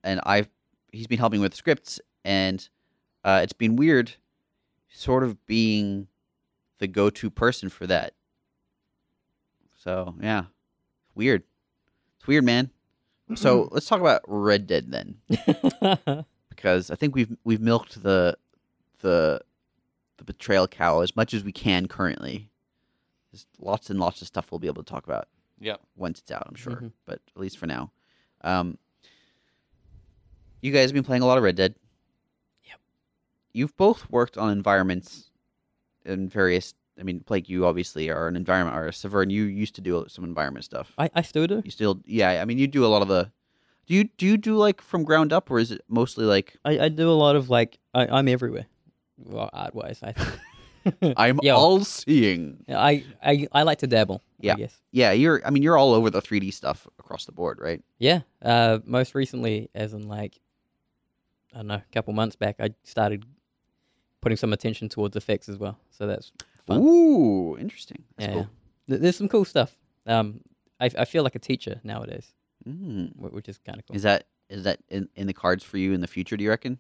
S3: and I've he's been helping with scripts, and uh, it's been weird, sort of being the go-to person for that. So yeah, weird. It's weird, man. So let's talk about Red Dead then because I think we've we've milked the the the betrayal cow as much as we can currently. There's lots and lots of stuff we'll be able to talk about
S2: Yep.
S3: once it's out, I'm sure.
S5: Mhm.
S3: But at least for now, um, you guys have been playing a lot of Red Dead.
S5: Yep.
S3: You've both worked on environments in various. I mean, Blake, you obviously are an environment artist. Severn, you used to do some environment stuff.
S5: I, I still do.
S3: You still, yeah. I mean, you do a lot of the. Do you do you do like from ground up, or is it mostly like
S5: I, I do a lot of like I, I'm everywhere. Well, art wise,
S3: *laughs*
S5: I think.
S3: I'm
S5: Yo.
S3: all seeing.
S5: I, I I like to dabble.
S3: Yeah.
S5: I guess.
S3: Yeah, you're. I mean, you're all over the 3D stuff across the board, right?
S5: Yeah. Uh, most recently, as in like, I don't know, a couple months back, I started putting some attention towards effects as well. So that's Fun.
S3: Ooh, interesting. That's
S5: yeah.
S3: cool.
S5: Th- There's some cool stuff. Um, I, I feel like a teacher nowadays,
S3: Mm.
S5: wh- which is kind of cool.
S3: Is that is that in, in the cards for you in the future? Do you
S5: *laughs*
S3: reckon?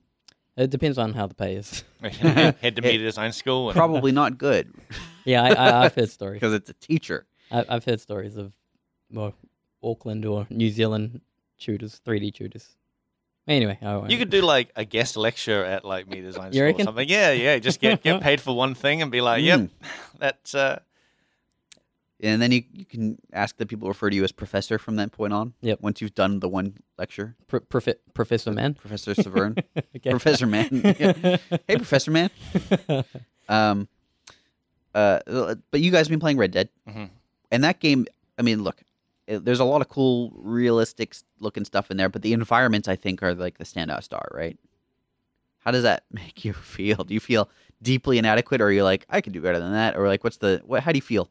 S5: It depends on how the pay is. *laughs*
S2: *laughs* Head to media design school. And,
S3: Probably not good
S5: yeah, I, I, I've heard stories.
S3: because it's a teacher.
S5: I, I've heard stories of, well, Auckland or New Zealand tutors, 3D tutors. Anyway, I won't.
S2: You could do like a guest lecture at like media design
S5: You
S2: school or
S5: reckon?
S2: something. Yeah, yeah. Just get get paid for one thing and be like,
S3: Hmm.
S2: yep, *laughs* that's uh,
S3: And then you, you can ask that people refer to you as professor from that point on.
S5: Yep.
S3: Once you've done the one lecture,
S5: Pro- profe- Professor Man. *laughs*
S3: Professor Severn,
S5: Okay. *laughs*
S3: Professor Man. Yeah. Hey, Professor Man. Um, uh, but you guys been playing Red Dead,
S2: Mhm.
S3: and that game. I mean, look, it, there's a lot of cool, realistic s- looking stuff in there, but the environments I think are like the standout star, right? How does that *laughs* make you feel? Do you feel deeply inadequate, or are you like, I could do better than that, or like, what's the what? How do you feel?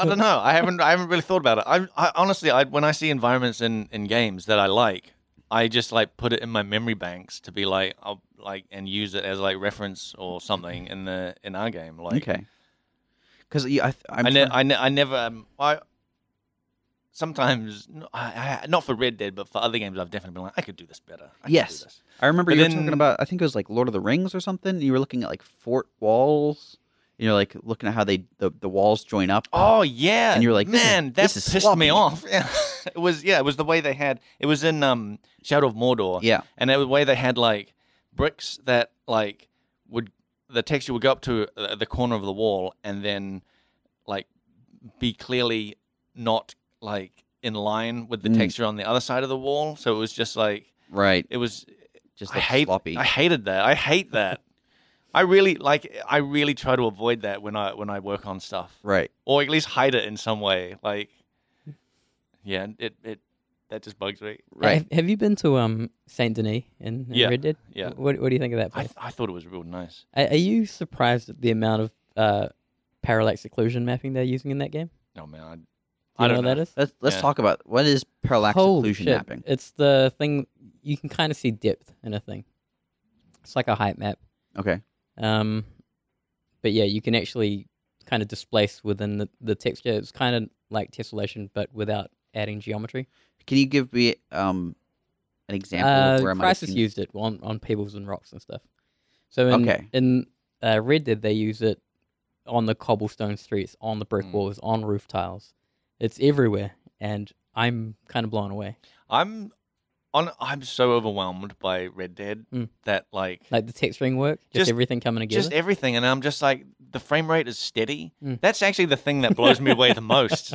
S2: I don't know. I haven't I haven't really thought about it. I, I honestly, I when I see environments in in games that I like, I just like put it in my memory banks to be like, I'll like and use it as like reference or something in the in our game. Like,
S3: Okay, because yeah, I, th- I'm
S2: I, ne-
S3: sure-
S2: I, ne- I never um, I sometimes n- I- I- not for Red Dead, but for other games, I've definitely been like, I could do this better. I could do
S3: Yes.
S2: this.
S3: I remember
S2: But
S3: you were
S2: then-
S3: talking about. I think it was like Lord of the Rings or something. and You were looking at like fort walls. and You're like looking at how they the, the walls join up.
S2: Oh yeah,
S3: And you're like, this is-
S2: man,
S3: this
S2: that
S3: is
S2: pissed
S3: sloppy."
S2: me off. *laughs* Yeah, it was yeah, it was the way they had. It was in um Shadow of Mordor.
S3: Yeah.
S2: and it was the way they had like bricks that like would the texture would go up to uh, the corner of the wall and then like be clearly not like in line with the
S3: Mm.
S2: texture on the other side of the wall. So it was just like
S3: Right.
S2: it was
S3: Just
S2: I
S3: like
S2: hate,
S3: sloppy.
S2: I hated that. I hate that. I really like. I really try to avoid that when I when I work on stuff
S3: Right.
S2: or at least hide it in some way. Like, yeah, it it that just bugs me.
S3: Right.
S5: Have, have you been to um Saint Denis in, in
S2: Yeah,
S5: Red Dead?
S2: yeah.
S5: What What do you think of that
S2: I
S5: place?
S2: I thought it was real nice.
S5: Are, are you surprised at the amount of uh, parallax occlusion mapping they're using in that game?
S2: No Oh, man, I,
S5: Do you
S2: I
S5: know
S2: don't
S5: what
S2: know.
S5: that is?
S3: Let's let's
S2: Yeah.
S3: talk about what is parallax
S5: Holy
S3: occlusion
S5: shit.
S3: mapping.
S5: It's the thing you can kind of see depth in a thing. It's like a height map.
S3: Okay.
S5: Um, but yeah, you can actually kind of displace within the, the texture. It's kind of like tessellation, but without adding geometry.
S3: Can you give me um an example
S5: Uh,
S3: of where I might have
S5: Crisis
S3: seen-
S5: used it on, on pebbles and rocks and stuff. So in,
S3: Okay.
S5: in uh, Red Dead, they use it on the cobblestone streets, on the brick
S2: Mm.
S5: walls, on roof tiles. It's everywhere, and I'm kind of blown away.
S2: I'm on. I'm so overwhelmed by Red Dead
S5: Mm.
S2: that like
S5: Like the texturing work, just,
S2: Just-
S5: everything coming together.
S2: just everything and i'm just like the frame rate is steady
S5: Mm.
S2: that's actually the thing that blows me
S5: *laughs*
S2: away the most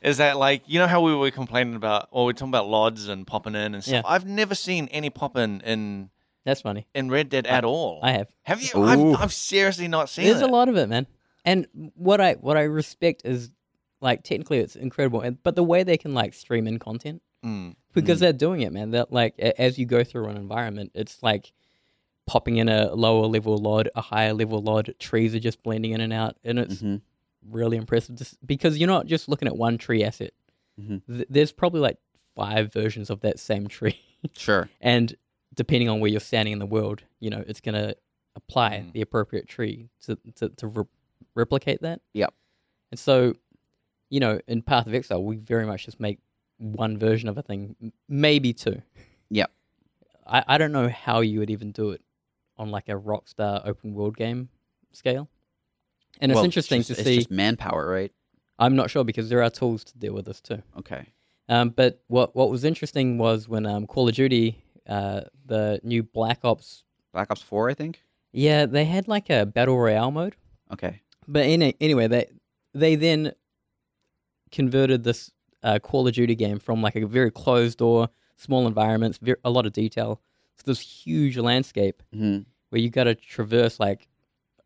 S2: is that like you know how we were complaining about or we are talking about lods and popping in and stuff
S5: Yeah.
S2: i've never seen any popping in
S5: That's funny.
S2: in red dead at all
S5: I have.
S2: have you
S3: Ooh.
S2: I've, I've seriously not seen
S5: There's
S2: it
S5: a lot of it, man. And what I what I respect is like technically it's incredible, and, but the way they can like stream in content
S2: Mm.
S5: because they're doing it, man. That like a- as you go through an environment, it's like popping in a lower level lod, a higher level lod. Trees are just blending in and out, and it's
S3: Mhm.
S2: Mm-hmm.
S5: really impressive just because you're not just looking at one tree asset.
S3: Mhm.
S2: Mm-hmm.
S5: Th- there's probably like five versions of that same tree,
S3: Sure.
S5: and depending on where you're standing in the world, you know, it's gonna apply
S3: Mm-hmm.
S2: Mm.
S5: the appropriate tree to to, to re- replicate that.
S3: Yep.
S5: And so, you know, in Path of Exile, we very much just make one version of a thing, m- maybe two.
S3: Yep.
S5: I, I don't know how you would even do it on like a Rockstar open world game scale. And it's
S3: Well,
S5: interesting
S3: just-
S5: to
S3: it's
S5: see.
S3: just manpower, right?
S5: I'm not sure because there are tools to deal with this too.
S3: Okay.
S5: Um, but what what was interesting was when um, Call of Duty, uh, the new Black Ops,
S3: Black Ops Four, I think.
S5: yeah, they had like a battle royale mode.
S3: Okay.
S5: But any, anyway, they they then converted this uh, Call of Duty game from like a very closed door, small environments, ver- a lot of detail, to this huge landscape
S3: hmm
S5: where you got to traverse like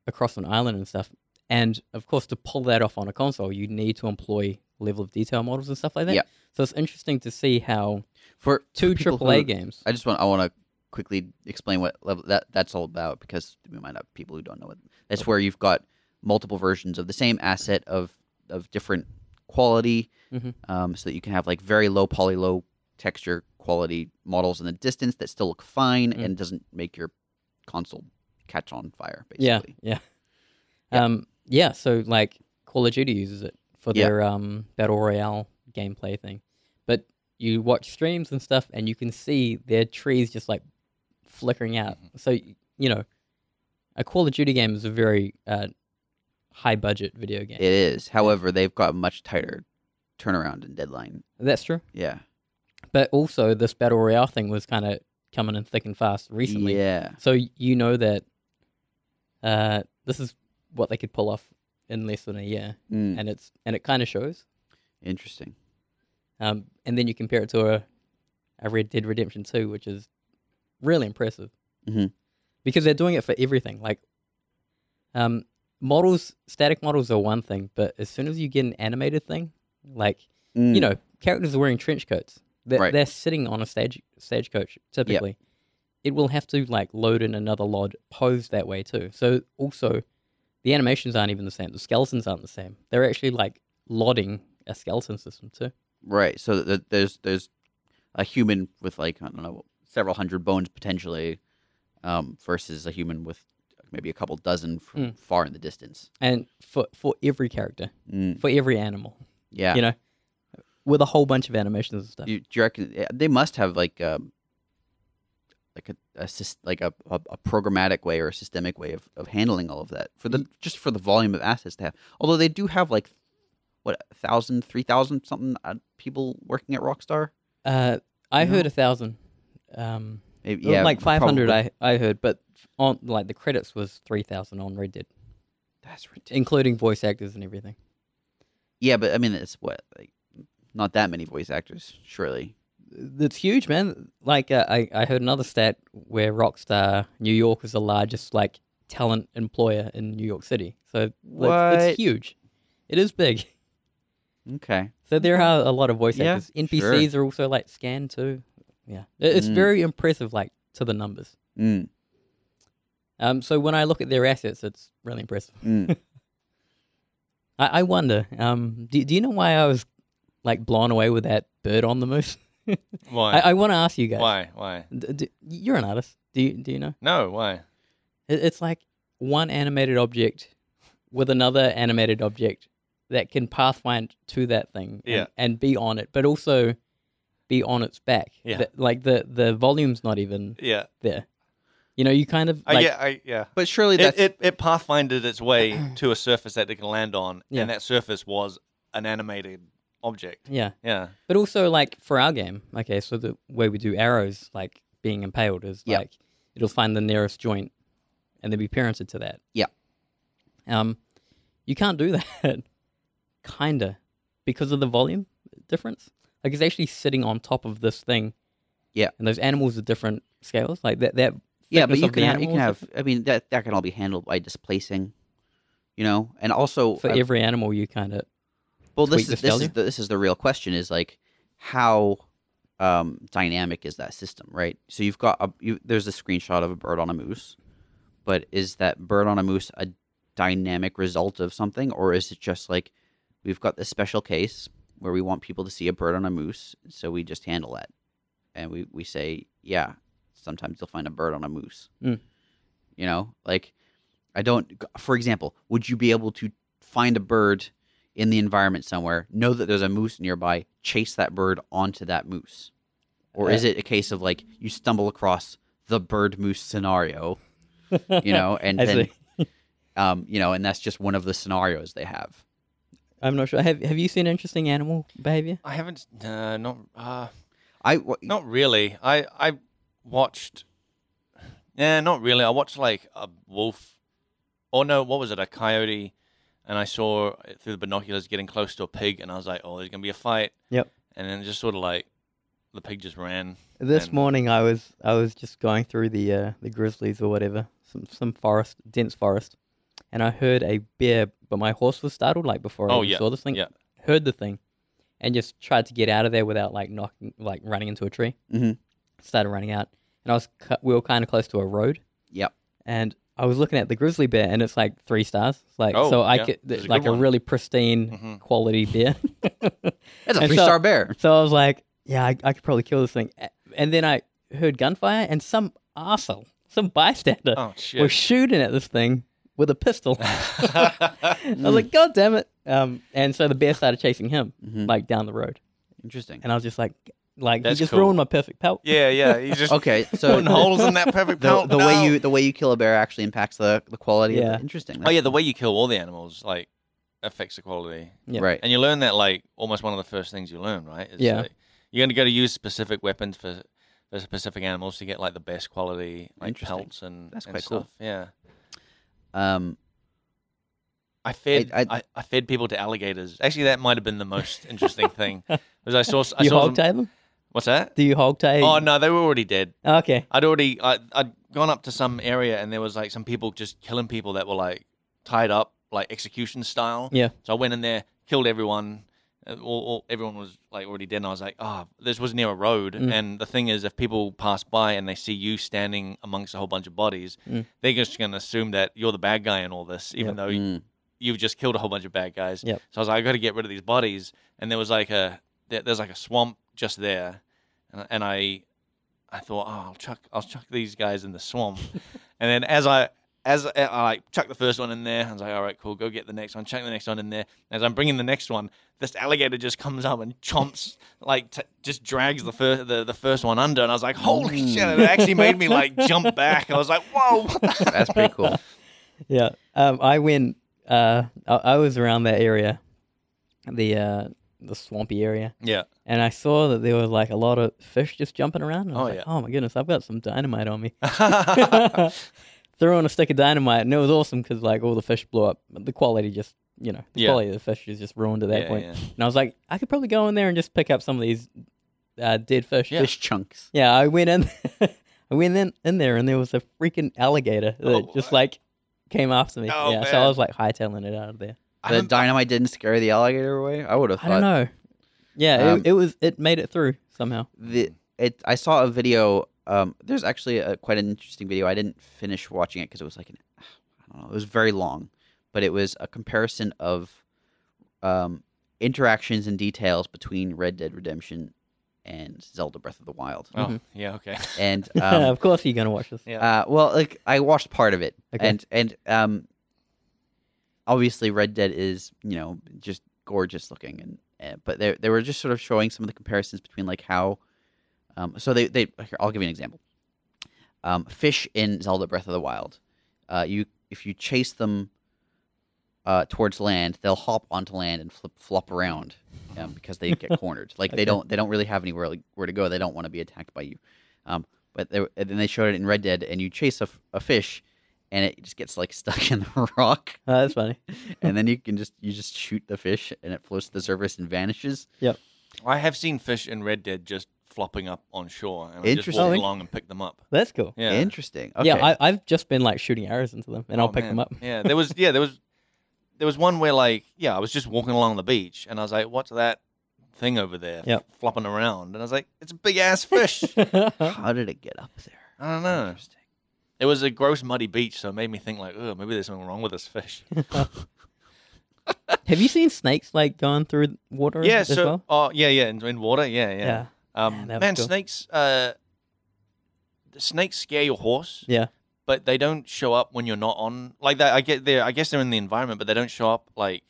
S5: across an island and stuff. And of course, to pull that off on a console, you need to employ level of detail models and stuff like that.
S3: Yeah.
S5: So it's interesting to see how
S3: For
S5: two
S3: for people
S5: AAA
S3: who-
S5: games.
S3: I just want I want to quickly explain what level that that's all about because we might have people who don't know it. That's where you've got multiple versions of the same asset of of different quality,
S5: Mhm.
S3: um, so that you can have like very low poly, low texture quality models in the distance that still look fine
S5: Mm.
S3: and doesn't make your console catch on fire.
S5: yeah,
S3: Basically,
S5: yeah,
S3: Yeah.
S5: Um, yeah. So like Call of Duty uses it for
S3: Yeah.
S5: their um battle royale gameplay thing, but you watch streams and stuff, and you can see their trees just like flickering out.
S3: Mm-hmm.
S5: So y- you know, a Call of Duty game is a very uh, high budget video game.
S3: it is. However, they've got a much tighter turnaround and deadline.
S5: That's true.
S3: Yeah,
S5: But also, this battle royale thing was kind of coming in thick and fast recently.
S3: yeah,
S5: So y- you know that uh, this is what they could pull off in less than a year,
S3: Mm,
S5: and it's and it kind of shows.
S3: interesting.
S5: Um, and then you compare it to a, a Red Dead Redemption Two, which is really impressive
S3: Mhm.
S5: because they're doing it for everything. Like um, models, static models are one thing, but as soon as you get an animated thing, like you
S3: Mm,
S5: know, characters are wearing trench coats. They're,
S3: Right.
S5: they're sitting on a stage stagecoach typically. It will have to like load in another lod posed that way too. So also, the animations aren't even the same. The skeletons aren't the same. They're actually like lodding a skeleton system too.
S3: Right. So th- there's there's a human with like I don't know several hundred bones potentially, um, versus a human with maybe a couple dozen from
S5: Mm.
S3: far in the distance.
S5: And for for every character,
S3: Mm.
S5: for every animal,
S3: Yeah.
S5: you know, with a whole bunch of animations and stuff.
S3: You, do you reckon yeah, they must have like um, like a, a sys- like a, a, a programmatic way or a systemic way of, of handling all of that for
S5: Hmm.
S3: the just for the volume of assets they have. Although they do have like what a thousand, three thousand something uh, people working at Rockstar.
S5: uh, I
S3: No.
S5: heard a thousand. Um,
S3: Maybe,
S5: yeah, like five hundred.
S3: probably.
S5: I I heard, but on like the credits was three thousand on Red Dead.
S3: That's ridiculous.
S5: including voice actors and everything.
S3: Yeah, but I mean, it's what like not that many voice actors, surely.
S5: That's huge, man. Like uh, I, I heard another stat where Rockstar New York is the largest like talent employer in New York City. So It's,
S3: What?
S5: it's huge. It is big. *laughs*
S3: Okay.
S5: So there are a lot of voice
S3: Yeah,
S5: actors. NPCs are also like scanned too. Yeah, It- it's
S3: Mm.
S5: very impressive, like to the numbers.
S3: Mm,
S5: Um, so when I look at their assets, it's really impressive. *laughs*
S3: mm.
S5: I, I wonder, um, do, do you know why I was like blown away with that bird on the moose?
S2: why
S5: I, I want to ask you guys.
S2: why why
S5: D- d- you're an artist. Do you, do you know?
S2: no why
S5: It- It's like one animated object with another animated object that can pathfind to that thing and,
S2: Yeah.
S5: and be on it, but also be on its back.
S2: Yeah.
S5: The- like the, the volume's not even
S2: yeah
S5: there. You know, you kind of
S2: I
S5: like,
S2: Uh, yeah i yeah
S3: But surely
S2: it,
S3: that's
S2: it, it
S5: *clears throat*
S2: pathfinded its way to a surface that they can land on
S5: Yeah.
S2: and that surface was an animated object.
S5: Yeah.
S2: Yeah.
S5: But also, like for our game, okay, so the way we do arrows, like being impaled, is
S3: Yeah.
S5: like it'll find the nearest joint, and then be parented to that.
S3: Yeah.
S5: Um, you can't do *laughs* that, kinda, because of the volume difference. Like it's actually sitting on top of this thing.
S3: Yeah.
S5: And those animals are different scales. Like that. That.
S3: Yeah, but
S5: thickness
S3: you
S5: of the
S3: can have, you can
S5: animals
S3: have. I mean, that that can all be handled by displacing, you know, and also
S5: for
S3: I-
S5: every animal, you kind of
S3: well, this
S5: tweak the
S3: is this is
S5: failure?
S3: the, this is the real question: is like how um, dynamic is that system, right? So you've got a you, there's a screenshot of a bird on a moose, but is that bird on a moose a dynamic result of something, or is it just like we've got this special case where we want people to see a bird on a moose, so we just handle that, and we we say, yeah, sometimes you'll find a bird on a moose,
S5: Mm.
S3: you know, like I don't. For example, would you be able to find a bird in the environment somewhere, know that there's a moose nearby, chase that bird onto that moose?
S5: Uh,
S3: Or is it a case of like you stumble across the bird moose scenario,
S5: *laughs*
S3: you know, and
S5: I
S3: then
S5: see.
S3: um, you know, and that's just one of the scenarios they have.
S5: I'm not sure. Have Have you seen interesting animal behavior?
S2: I haven't. No, not. Uh,
S3: I w-
S2: Not really. I I watched. Yeah, not really. I watched like a wolf, or no, what was it? A coyote, and I saw it through the binoculars getting close to a pig, and I was like, "Oh, there's gonna be a fight."
S5: Yep.
S2: And then just sort of like, the pig just ran.
S5: This
S2: and-
S5: morning, I was I was just going through the uh, the grizzlies or whatever, some some forest, dense forest, and I heard a bear. But my horse was startled, like before I
S2: Oh,
S5: even
S2: yeah,
S5: saw this thing,
S2: yeah.
S5: heard the thing, and just tried to get out of there without like knocking, like running into a tree.
S2: Mm-hmm.
S3: Mhm.
S5: Started running out, and I was cu- we were kind of close to a road.
S3: Yep.
S5: And I was looking at the grizzly bear, and it's like three stars. It's like
S2: Oh,
S5: so, I
S2: yeah,
S5: could
S2: that's a good
S5: like a
S2: one.
S5: really
S3: *laughs*
S5: pristine
S2: Mhm.
S5: quality bear. *laughs*
S3: that's a
S5: And
S3: three
S5: so-
S3: star
S5: *laughs*
S3: bear.
S5: So I was like, yeah, I, I could probably kill this thing. A- And then I heard gunfire, and some arsehole, some bystander,
S2: Oh
S5: was
S2: shit!
S5: shooting at this thing with
S2: *laughs*
S5: a pistol. I was like, God damn it. Um, and so the bear started chasing him,
S3: Mhm.
S5: like down the road.
S3: Interesting.
S5: And I was just like, like,
S2: That's
S5: he just
S2: cool.
S5: ruined my perfect pelt.
S2: *laughs* yeah, yeah. He just
S5: *laughs*
S3: Okay, so
S2: putting holes in that
S3: *laughs*
S2: perfect
S3: the,
S2: pelt.
S3: the
S2: No.
S3: way you the way you kill a bear actually impacts the the quality. Of
S5: Yeah.
S3: it. Interesting.
S2: Oh yeah, the way you kill all the animals like affects the quality.
S5: Yeah.
S3: Right.
S2: And you learn that like almost one of the first things you learn, right? Is
S5: Yeah.
S2: like, you're going to go to use specific weapons for for specific animals to get like the best quality like
S3: Interesting.
S2: pelts and
S3: That's
S2: and
S3: quite cool.
S2: stuff. Yeah.
S3: Um,
S2: I fed I,
S3: I-
S2: I, fed people to alligators. Actually, that might have been the most interesting thing because I saw s- I
S5: Do you
S2: saw
S5: hog
S2: some-
S5: tie them?
S2: what's that?
S5: Do you hog tie?
S2: Oh no, they were already dead.
S5: Okay.
S2: I'd already I, I'd gone up to some area and there was like some people just killing people that were like tied up like execution style.
S5: Yeah.
S2: So I went in there, killed everyone. Uh, All, all, everyone was like already dead, and I was like, "Ah, this was near a road."
S5: Mm.
S2: And the thing is, if people pass by and they see you standing amongst a whole bunch of bodies,
S5: Mm.
S2: they're just going to assume that you're the bad guy in all this, even
S5: Yep.
S2: though
S3: mm.
S2: you've just killed a whole bunch of bad guys.
S5: Yep.
S2: So I was like, I got to get rid of these bodies. And there was like a there, there's like a swamp just there, and, and I I thought, oh, I'll chuck I'll chuck these guys in the
S5: *laughs*
S2: swamp. and then as I as I, I like chuck the first one in there, I was like, all right, cool, go get the next one, chuck the next one in there. As I'm bringing the next one, this alligator just comes up and chomps, like t- just drags the first the, the first one under, and I was like, holy
S5: Mm.
S2: shit! and It actually made me like jump back. I was like, whoa,
S5: *laughs*
S2: what the
S3: That's pretty cool.
S5: Yeah. Um, I went. Uh, I, I was around that area, the uh, the swampy area,
S2: *laughs* yeah,
S5: and I saw that there was like a lot of fish just jumping around. And I was
S2: Oh,
S5: like,
S2: yeah.
S5: oh my goodness, I've got some dynamite
S2: *laughs*
S5: on me. *laughs* Threw on a stick of dynamite, and it was awesome because like all the fish blew up. But the quality just, you know, the
S2: Yeah.
S5: quality of the fish is just ruined at that
S2: Yeah,
S5: point.
S2: yeah.
S5: And I was like, I could probably go in there and just pick up some of these uh, dead fish.
S2: *laughs* Yeah.
S3: Fish chunks.
S5: Yeah, I went in. *laughs* I went in, in there, and there was a freaking alligator that
S2: Oh,
S5: just
S2: uh,
S5: like came after me.
S2: oh,
S5: yeah, so I
S2: man.
S5: was like hightailing it out of there.
S2: I
S3: The
S2: haven't-
S3: dynamite didn't scare the alligator away. I would have
S5: I
S3: thought.
S5: don't know. Yeah,
S3: Um,
S5: it, it was. It made it through somehow.
S3: The it. I saw a video. Um, there's actually a, quite an interesting video. I didn't finish watching it because it was like an, *sighs* I don't know. It was very long, but it was a comparison of, um, interactions and details between Red Dead Redemption and Zelda Breath of the Wild.
S5: Mm-hmm.
S2: Oh, yeah, okay.
S5: *laughs*
S3: And um,
S5: of course, you're gonna watch this.
S2: Yeah.
S3: Uh, well, like I watched part of it,
S5: Okay.
S3: and and um, obviously Red Dead is you know just gorgeous looking, and, and but they they were just sort of showing some of the comparisons between like how, um, so they they here, I'll give you an example. Um, fish in Zelda Breath of the Wild, uh, you if you chase them, uh, towards land, they'll hop onto land and flip flop around um, because they
S5: *laughs*
S3: get cornered. Like
S5: Okay.
S3: they don't they don't really have anywhere like, where to go. They don't want to be attacked by you. Um, but they, and then they showed it in Red Dead, and you chase a, f- a fish, and it just gets like *laughs* stuck in the rock,
S5: Oh, that's funny.
S3: and then you can just you just shoot the fish, and it floats to the surface and vanishes.
S2: I have seen fish in Red Dead just flopping up on shore, and I just walked
S5: Interesting.
S2: along and picked them up.
S5: That's cool.
S2: Yeah,
S3: Interesting. Okay.
S5: Yeah, I, I've just been like shooting arrows into them, and I'll
S2: Oh,
S5: pick them
S2: man.
S5: up.
S2: yeah, there was yeah there was there was one where like yeah I was just walking along the beach, and I was like, what's that thing over there
S5: Yep.
S2: flopping around? And I was like, it's a big ass
S5: *laughs*
S2: fish.
S3: How did it get up there?
S2: I don't know.
S3: Interesting.
S2: It was a gross muddy beach, so it made me think like, oh, maybe there's something wrong with this
S5: *laughs*
S2: fish.
S5: Have you seen snakes like going through water?
S2: yeah,
S5: as
S2: so
S5: well?
S2: oh yeah, yeah, in, in water, yeah, yeah.
S5: yeah, Man,
S2: Um,
S5: that was
S2: man,
S5: cool.
S2: snakes. Uh, the snakes scare your horse.
S5: Yeah.
S2: but they don't show up when you're not on. Like that, I get there. I guess they're in the environment, but they don't show up like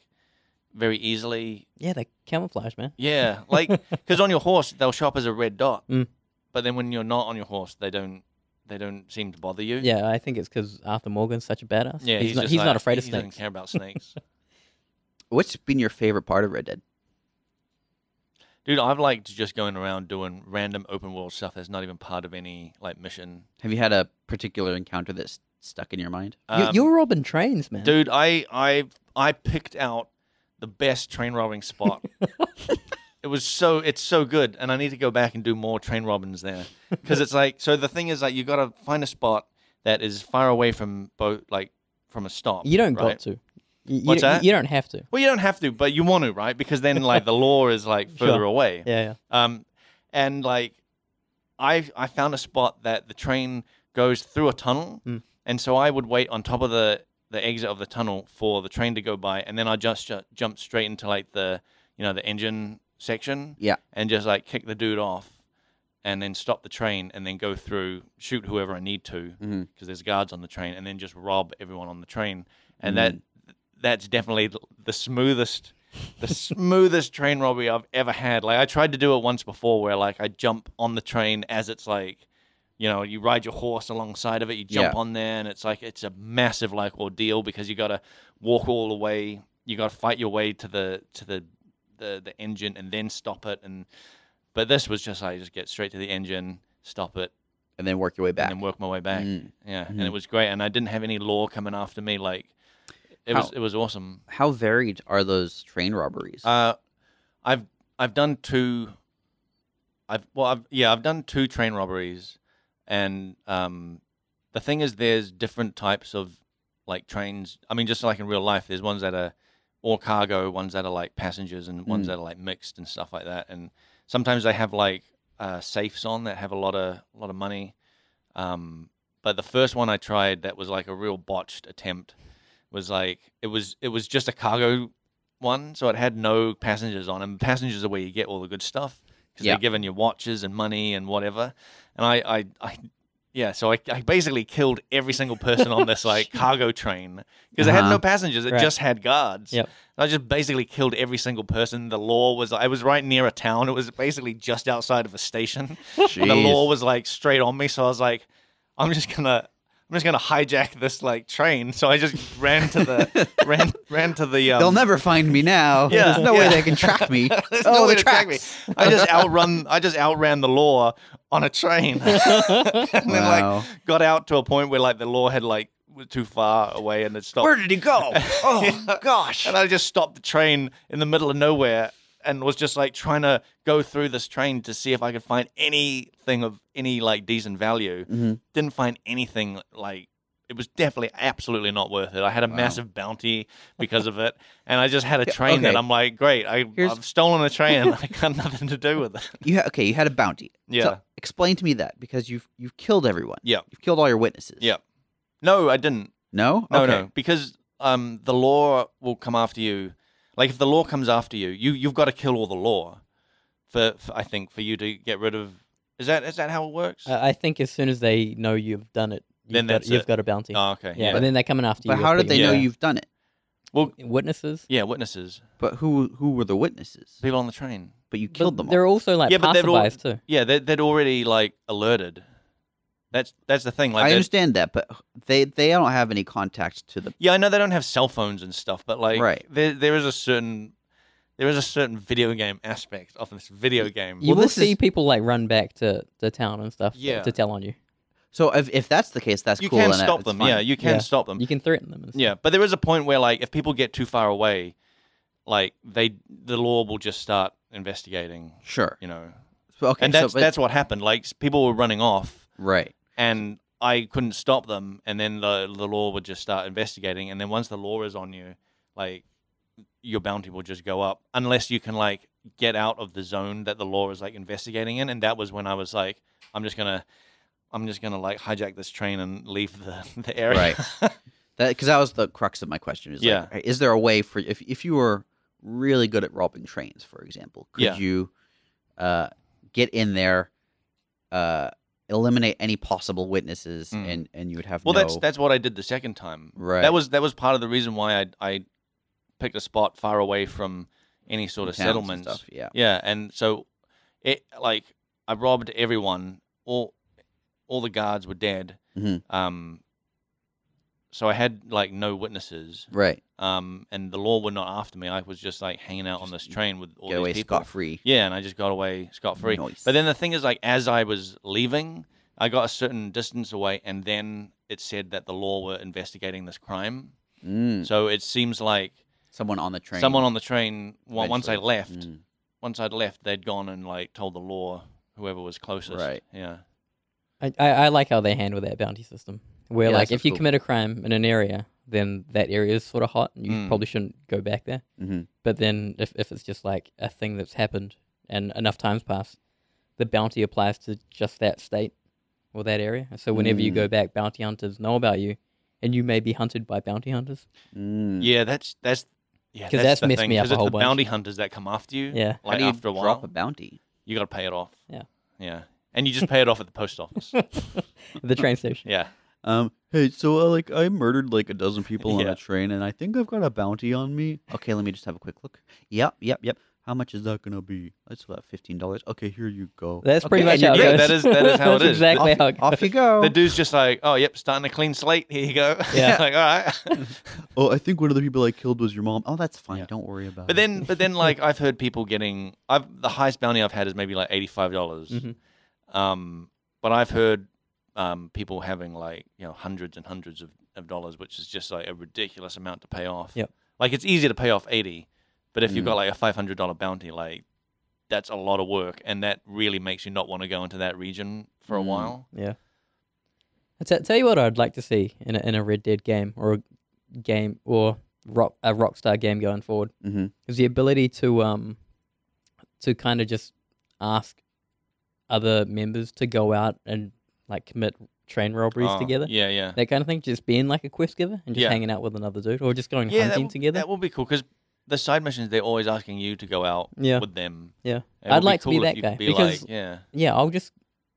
S2: very easily.
S5: yeah, they camouflage, man. *laughs*
S2: Yeah, like because on your horse they'll show up as a red dot,
S5: Mm.
S2: but then when you're not on your horse, they don't. They don't seem to bother you.
S5: Yeah, I think it's because Arthur Morgan's such a badass.
S2: yeah.
S5: he's, not.
S2: just
S5: He's
S2: like,
S5: not afraid of
S2: He doesn't
S5: snakes.
S2: care
S5: *laughs*
S2: about snakes.
S3: What's been your favorite part of Red Dead?
S2: Dude, I've liked just going around doing random open world stuff that's not even part of any like mission.
S3: Have you had a particular encounter that's stuck in your mind?
S2: Um,
S5: you, you're robbing trains, man.
S2: dude, I I I picked out the best train robbing
S5: *laughs*
S2: spot. it was so it's so good, and I need to go back and do more train robbins there because it's like so. The thing is like you got to find a spot that is far away from both like from a stop.
S5: you don't
S2: right?
S5: got to. You, you
S2: What's
S5: don't-
S2: that?
S5: You don't have to.
S2: Well, you don't have to, but you want to, right? Because then like the law is like further
S5: *laughs* Sure.
S2: away.
S5: Yeah, yeah.
S2: Um, and like, I I found a spot that the train goes through a tunnel,
S5: Mm.
S2: and so I would wait on top of the the exit of the tunnel for the train to go by, and then I just ju- jump straight into like the you know the engine section,
S3: Yeah.
S2: and just like kick the dude off, and then stop the train, and then go through shoot whoever I need to because
S3: Mhm.
S2: there's guards on the train, and then just rob everyone on the train,
S3: Mm.
S2: and that that's definitely th- the smoothest the smoothest train robbery I've ever had. Like I tried to do it once before where like I jump on the train as it's like you know, you ride your horse alongside of it, you jump
S3: Yeah.
S2: on there and it's like it's a massive like ordeal because you got to walk all the way, you got to fight your way to the to the the the engine and then stop it and but this was just like just get straight to the engine, stop it
S3: And then work your way back.
S2: and then work my way back.
S3: Mm.
S2: Yeah, and
S3: Mhm.
S2: it was great and I didn't have any law coming after me like it was
S3: How-
S2: it was awesome.
S3: How varied are those train robberies?
S2: Uh, I've I've done two. I've well, I've, yeah, I've done two train robberies, and um, the thing is, there's different types of like trains. I mean, just like in real life, there's ones that are all cargo, ones that are like passengers, and ones
S3: Mm.
S2: that are like mixed and stuff like that. And sometimes they have like uh, safes on that have a lot of a lot of money. Um, but the first one I tried that was like a real botched attempt was like it was it was just a cargo one, so it had no passengers on. And passengers are where you get all the good stuff because
S3: Yeah.
S2: they're given you watches and money and whatever. And I, I, I yeah, so I, I basically killed every single person on this like cargo train because it had
S3: Uh-huh.
S2: no passengers; it
S5: Right.
S2: just had guards.
S5: Yep.
S2: I just basically killed every single person. The law was I was right near a town. It was basically just outside of a station. And the
S3: Jeez.
S2: law was like straight on me, so I was like, I'm just gonna I'm just gonna hijack this like train. So I just ran
S3: *laughs*
S2: to the ran ran to the um, *laughs*
S3: They'll never find me now.
S2: Yeah,
S3: There's no way
S2: yeah.
S3: they can track me.
S2: *laughs* There's
S3: oh,
S2: no way
S3: the
S2: to track me.
S3: tracks.
S2: I just outrun I just outran the law on a train. *laughs* and then
S3: Wow.
S2: like got out to a point where like the law had like was too far away and it stopped.
S3: Where did he *laughs* go? Oh gosh.
S2: And I just stopped the train in the middle of nowhere and was just like trying to go through this train to see if I could find anything of any like decent value.
S3: Mhm.
S2: Didn't find anything like it was definitely absolutely not worth it. I had a
S3: Wow.
S2: massive bounty
S3: *laughs*
S2: because of it, and I just had a train
S3: okay.
S2: that I'm like, great, I,
S3: Here's-
S2: I've stolen a train. *laughs* I got nothing to do with it.
S3: You ha- okay? You had a bounty.
S2: Yeah,
S3: So explain to me that because you've you've killed everyone.
S2: Yeah.
S3: You've killed all your witnesses.
S2: yeah. No, I didn't.
S3: No.
S2: No,
S3: okay.
S2: no, because um, the law will come after you. Like if the law comes after you, you you've got to kill all the law. For, for I think for you to get rid of is that is that how it works?
S3: Uh,
S5: I I think as soon as they know you've done it, you've
S2: Then
S5: got,
S2: that's
S5: you've
S2: it.
S5: got a bounty.
S2: oh, okay.
S5: yeah,
S2: Yeah.
S5: and then they're coming after you.
S3: But
S5: with
S3: how
S5: what
S3: did they
S5: you
S3: know
S5: do.
S2: Yeah.
S3: you've done it?
S2: Well,
S5: Witnesses.
S2: yeah, witnesses,
S3: But who who were the witnesses?
S2: people on the train.
S3: But you
S5: But
S3: killed them all.
S5: They're also like
S2: Yeah, but they're all-
S5: passerbys too.
S2: Yeah, they, they'd already like alerted. That's that's the thing. Like,
S3: I
S2: they're-
S3: understand that, but they they don't have any contacts to the
S2: yeah, I know they don't have cell phones and stuff, but like,
S3: Right.
S2: there there is a certain there is a certain video game aspect of this video game.
S5: You
S3: Well,
S5: will
S3: this
S5: see
S3: is-
S5: people like run back to, to town and stuff
S2: Yeah.
S5: to tell on you.
S3: So if if that's the case, that's
S2: you
S3: cool.
S2: can
S3: and that-
S2: stop
S3: it's
S2: them.
S3: fine.
S2: Yeah, you can
S5: Yeah.
S2: stop
S3: Um,
S2: them.
S5: You can threaten them. And stuff.
S2: Yeah, but there is a point where like if people get too far away, like they the law will just start investigating.
S3: sure.
S2: You know,
S3: So- Okay,
S2: and that's
S3: so, but-
S2: that's what happened. Like s- people were running off,
S3: right.
S2: and I couldn't stop them, and then the the law would just start investigating, and then once the law is on you, like your bounty will just go up unless you can like get out of the zone that the law is like investigating in, and that was when I was like, I'm just gonna. I'm just gonna like hijack this train and leave the, *laughs* the area.
S3: Right. *laughs* That because that was the crux of my question. Is
S2: Yeah.
S3: like, is there a way for if if you were really good at robbing trains, for example, could
S2: Yeah.
S3: you uh, get in there, uh, eliminate any possible witnesses,
S2: Mm.
S3: and and you would have
S2: Well,
S3: no,
S2: that's that's what I did the second time.
S3: Right.
S2: That was that was part of the reason why I I picked a spot far away from any sort of
S3: towns and
S2: settlements.
S3: stuff. Yeah.
S2: Yeah, and so it like I robbed everyone. All all the guards were dead.
S3: Mhm.
S2: Um. So I had like no witnesses.
S3: Right.
S2: Um, and the law were not after me. I was just like hanging out on this train with all
S3: Get
S2: these
S3: away
S2: people.
S3: scot free.
S2: Yeah, and I just got away scot free.
S3: Nice.
S2: But then the thing is, like, as I was leaving, I got a certain distance away, and then it said that the law were investigating this crime.
S3: Mm.
S2: So it seems like
S3: Someone on the train.
S2: someone on the train, well, once I
S3: Eventually.
S2: left,
S3: Mm.
S2: once I'd left, they'd gone and like told the law whoever was closest.
S3: Right.
S2: Yeah.
S5: I, I, I like how they handle that bounty system, where
S3: Yeah,
S5: like
S3: that's
S5: if you
S3: cool.
S5: commit a crime in an area, then that area is sort of hot, and you
S2: Mm.
S5: probably shouldn't go back there.
S3: Mhm.
S5: But then if if it's just like a thing that's happened and enough times pass, the bounty applies to just that state or that area. And So whenever you
S3: Mm.
S5: go back, bounty hunters know about you, and you may be hunted by bounty hunters.
S3: Mm.
S2: Yeah. That's that's. Yeah,
S5: 'Cause that's
S2: that's, the
S5: messed
S2: thing,
S5: me up
S2: 'cause
S5: a
S2: it's
S5: whole
S2: the
S5: bunch.
S2: bounty hunters that come after you.
S5: Yeah.
S3: How
S2: Like
S3: do you
S2: after a while,
S3: drop a bounty?
S2: you got to pay it off.
S5: Yeah.
S2: Yeah. And you just pay it off at the post
S5: *laughs*
S2: office.
S3: *laughs*
S5: The train station.
S2: Yeah.
S3: Um, hey, so uh, like I murdered like a
S5: *laughs*
S3: dozen people on
S2: Yeah.
S3: a train, and I think I've got a bounty on me. Okay, let me just have a quick look. Yep, yep, yep. How much is that gonna be? That's about fifteen dollars. Okay, here you go.
S5: That's pretty
S3: Okay,
S5: much
S3: and you
S5: how
S2: go.
S5: it goes.
S2: That is- that is how it
S5: *laughs* That's
S2: is.
S5: Exactly how it
S3: off, off
S5: goes.
S3: you
S5: *laughs*
S3: go.
S2: The dude's just like, oh, yep, starting a clean slate. Here you go.
S5: Yeah.
S2: *laughs* like, all
S5: *laughs*
S2: right.
S3: oh, I think one of the people I killed was your mom. Oh, that's fine.
S2: Yeah.
S3: Don't worry about
S2: But
S3: it.
S2: then, but then, like I've heard people getting, I've the highest bounty I've had is maybe like eighty five dollars.
S5: Mhm.
S2: Um, but I've heard um, people having like you know hundreds and hundreds of, of dollars, which is just like a ridiculous amount to pay off.
S5: Yep.
S2: Like it's easy to pay off eighty, but if you've
S3: Mm.
S2: got like a five hundred dollar bounty, like that's a lot of work, and that really makes you not want to go into that region for a
S3: Mm.
S2: while.
S5: Yeah. I t- tell you what, I'd like to see in a, in a Red Dead game or a game or rock a Rockstar game going forward
S3: Mhm.
S5: is the ability to um to kind of just ask other members to go out and like commit train robberies
S2: Uh,
S5: together.
S2: Yeah, yeah.
S5: That kind of thing, just being like a quest giver and just
S2: Yeah.
S5: hanging out with another dude, or just going
S2: yeah, that
S5: hunting
S2: will-
S5: together.
S2: That will be cool because the side missions they're always asking you to go out
S5: Yeah.
S2: with them.
S5: Yeah.
S2: It
S5: I'd
S2: would
S5: like to be
S2: cool if
S5: that
S2: you
S5: guy,
S2: could Be
S5: because-
S2: like, yeah,
S5: yeah, I'll just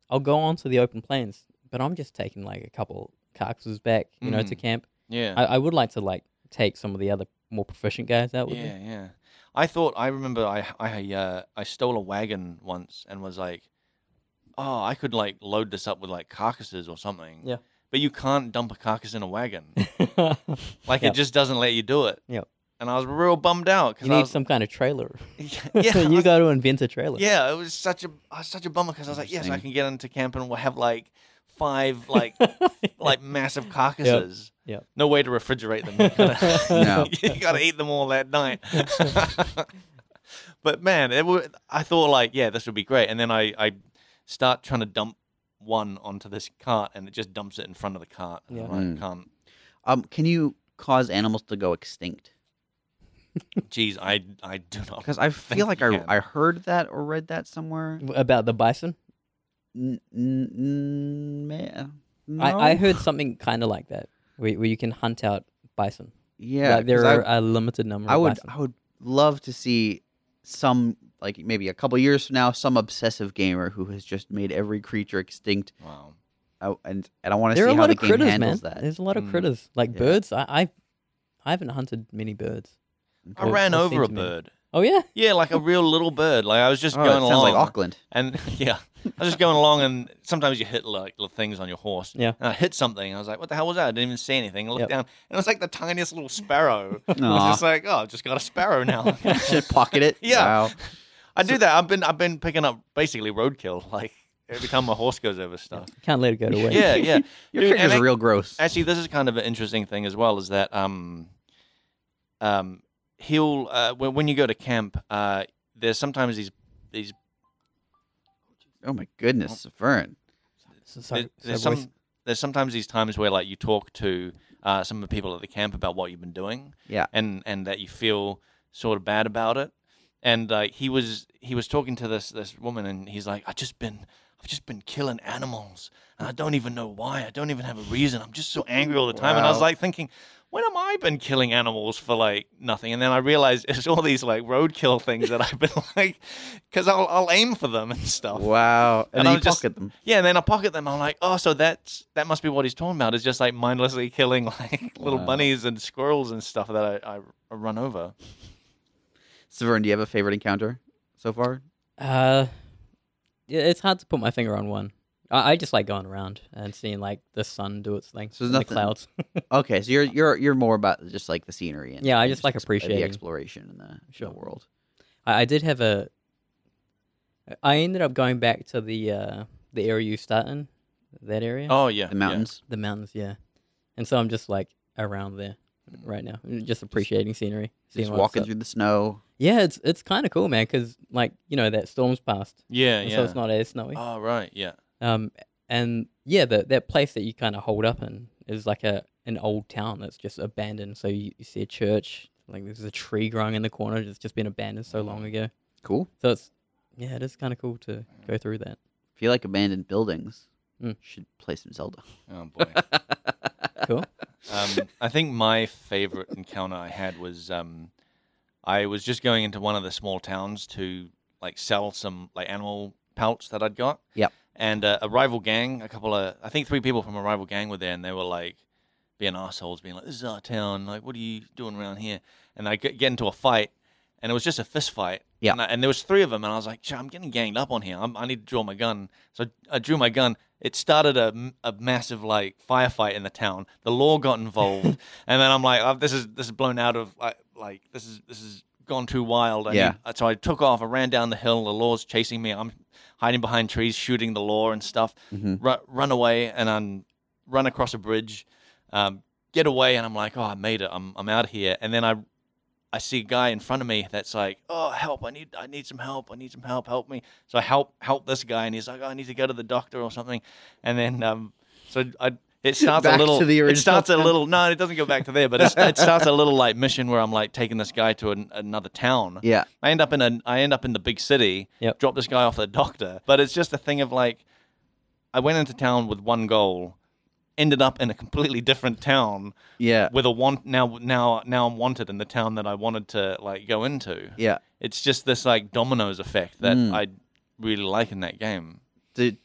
S5: I'll go on to the open plains, but I'm just taking like a couple carcasses back, you know, to
S2: Mm.
S5: camp.
S2: yeah,
S5: I, I would like to like take some of the other more proficient guys out with
S2: yeah,
S5: me.
S2: yeah. I thought I remember I I uh, I stole a wagon once and was like, oh, I could like load this up with like carcasses or something.
S5: Yeah.
S2: But you can't dump a carcass in a
S5: *laughs*
S2: wagon. Like
S5: Yep.
S2: it just doesn't let you do it.
S5: Yep.
S2: And I was real bummed out
S5: you
S2: because I
S5: need
S2: was,
S5: some kind of
S3: *laughs*
S5: trailer.
S2: *laughs* yeah, I
S5: *laughs* you
S2: was-
S5: got to invent a
S2: *laughs*
S5: trailer.
S2: yeah, it was such a I was such a bummer because I was like, yes, I
S5: *laughs*
S3: Interesting.
S2: can get into camp and we'll have like five like like massive carcasses.
S5: Yep.
S2: No way to refrigerate them. You gotta,
S3: *laughs*
S2: *laughs*
S3: No.
S2: you gotta eat them all that
S5: *laughs*
S2: night. but man, it would, I thought like, yeah, this would be great. And then I, I start trying to dump one onto this cart and it just dumps it in front of the cart. And I'm
S5: Yeah.
S2: like,
S3: Mm.
S2: can't.
S3: um, can you cause animals to go extinct?
S2: Geez, I, I do
S5: Oh,
S3: *laughs*
S2: not.
S3: Because I feel
S2: think
S3: like
S2: you
S3: I
S2: can.
S3: I heard that or read that somewhere.
S5: About the bison,
S3: N- n- n- meh, no?
S5: I, I heard something kind of like that, where, where you can hunt out bison.
S3: yeah.
S5: like, there
S3: 'cause I-
S5: are a limited number.
S3: I
S5: of
S3: would
S5: bison.
S3: I would love to see some like maybe a couple years from now some obsessive gamer who has just made every creature extinct
S2: Wow.
S3: I, and and I want to
S5: There are
S3: see
S5: a
S3: how
S5: lot
S3: the
S5: of
S3: game
S5: critters, man.
S3: handles that. Hmm.
S5: There's a lot of
S2: Mm.
S5: critters, like
S3: Yeah.
S5: birds. I, I I haven't hunted many birds.
S2: I
S5: Or-
S2: ran
S5: or
S2: over a
S5: seems to me.
S2: bird.
S5: Oh yeah,
S2: Yeah, like a real little bird. Like I was just
S3: Oh, it
S2: going
S3: sounds
S2: along.
S3: like
S2: *laughs*
S3: Auckland.
S2: And yeah, I was just going along, and sometimes you hit like little things on your horse.
S5: Yeah.
S2: And I hit something. And I was like, "What the hell was that?" I didn't even see anything. I looked
S5: Yep.
S2: down, and it was like the tiniest little sparrow. I was
S3: Aw.
S2: just like, "Oh, I've just got a sparrow now."
S3: Should pocket it.
S2: Yeah.
S3: Wow.
S2: *laughs* I do that. I've been I've been picking up basically roadkill *laughs* like every time my horse goes over stuff.
S5: can't let it go to waste.
S2: Yeah, yeah.
S3: Your
S2: Dude,
S3: character's
S2: and I-
S3: real gross.
S2: Actually, this is kind of an interesting thing as well. Is that um, um, he'll uh, when when you go to camp, uh, there's sometimes these these
S3: Oh my goodness, Vern.
S5: So-
S2: There-
S5: so-
S2: there's
S5: so voice-
S2: some there's sometimes these times where like you talk to uh, some of the people at the camp about what you've been doing
S3: Yeah.
S2: and and that you feel sort of bad about it and like he was he was talking to this this woman and he's like i've just been i've just been killing animals and i don't even know why i don't even have a reason i'm just so angry all the time and i was
S3: Wow.
S2: like thinking when have I been killing animals for like nothing? And then I realized *laughs* it's all these like roadkill things that I've been *laughs* like, because I'll, I'll aim for them and stuff.
S3: Wow. And,
S2: Oh. And
S3: then
S2: I
S3: you
S2: was just-
S3: pocket them.
S2: Yeah, and then I pocket them. I'm like, oh, so that's that must be what he's talking about. Is just like mindlessly killing *laughs* like little
S3: Wow.
S2: bunnies and squirrels and stuff that I, I run over.
S3: So Vern, do you have a favorite encounter so far?
S5: Uh, yeah, it's hard to put my finger on one. I, I just like going around and seeing like the sun do its thing.
S3: So there's
S5: and
S3: nothing-
S5: the clouds.
S3: Okay, so you're you're you're more about just like the scenery and
S5: Yeah, I
S3: and
S5: just like
S3: exp-
S5: appreciating-
S3: the exploration in the,
S5: Sure.
S3: the world.
S5: I, I did have a. I ended up going back to the uh, the area you start in, that area,
S2: Oh yeah,
S3: The mountains.
S5: the mountains, yeah. And so I'm just like around there right now, mm, just appreciating scenery, seeing
S3: Just
S5: what's
S3: walking
S5: up.
S3: through the snow.
S5: Yeah, it's it's kind of cool, man, because like you know that storm's passed,
S2: Yeah, yeah.
S5: and so it's not as snowy.
S2: oh right, yeah.
S5: Um, and yeah, that that place that you kind of hold up in is like a an old town that's just abandoned. So you, you see a church, like there's a tree growing in the corner that's just been abandoned so long ago.
S3: Cool.
S5: So it's yeah, it is kind of cool to go through that.
S3: If you like abandoned buildings,
S5: Mm.
S3: should play some Zelda.
S2: Oh
S3: *laughs*
S2: boy.
S5: Cool.
S2: um, I think my favorite encounter I had was um, I was just going into one of the small towns to like sell some like animal pelts that I'd got.
S3: Yep.
S2: And uh, a rival gang, a couple of I think three people from a rival gang were there, and they were like being assholes, being like, "This is our town. Like, what are you doing around here?" And I get, get into a fight, and it was just a fist fight.
S3: Yeah.
S2: And, I, and there was three of them, and I was like, "Shit, "I'm getting ganged up on here. I'm, I need to draw my gun." So I drew my gun. It started a, m- a massive like firefight in the town. The law got
S3: *laughs*
S2: involved, and then I'm like, oh, "This is this is blown out of like, like this is this is gone too wild." I
S3: Yeah.
S2: need- so I took off. I ran down the hill. The law's chasing me. I'm hiding behind trees, shooting the law and stuff.
S3: Mhm.
S2: Ru- run away, and I'm run across a bridge, um, get away, and I'm like, "Oh, I made it. I'm I'm out of here." And then I I see a guy in front of me that's like, "Oh, help! I need, I need some help! I need some help! Help me!" So I help, help this guy, and he's like, oh, "I need to go to the doctor or something." And then, um, so I, it starts
S3: Back
S2: a little.
S3: to the
S2: it
S3: original
S2: starts a
S3: plan.
S2: little. No, it doesn't go back to there, but it's, it starts a little like mission where I'm like taking this guy to an, another town.
S3: Yeah.
S2: I end up in a, I end up in the big city.
S5: Yep.
S2: Drop this guy off at the doctor, but it's just a thing of like, I went into town with one goal, ended up in a completely different town
S3: Yeah.
S2: with a want now now now I'm wanted in the town that I wanted to like go into.
S3: Yeah.
S2: It's just this like dominoes effect that
S3: Mm.
S2: I really like in that
S3: *laughs*
S2: game.
S3: Do,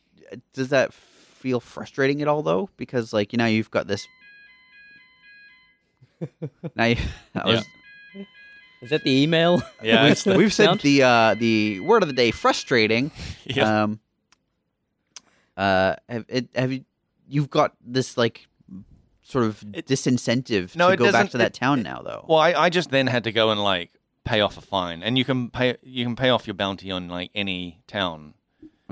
S3: does that feel frustrating at all though? Because like you know you've got
S2: *laughs*
S3: this. now you, that
S2: Yeah.
S3: was-
S5: Is that
S3: *laughs*
S5: the email?
S2: Yeah, it's the,
S3: we've said
S5: Sound? *laughs*
S3: the uh, the word of the day frustrating.
S2: *laughs* yeah.
S3: Um, uh, have it, have you? You've got this like sort of
S2: It-
S3: disincentive
S2: No,
S3: to
S2: it
S3: go back
S2: doesn't-
S3: to that
S2: it-
S3: town now, though.
S2: well, I, I just then had to go and like pay off a fine, and you can pay you can pay off your bounty on like any town.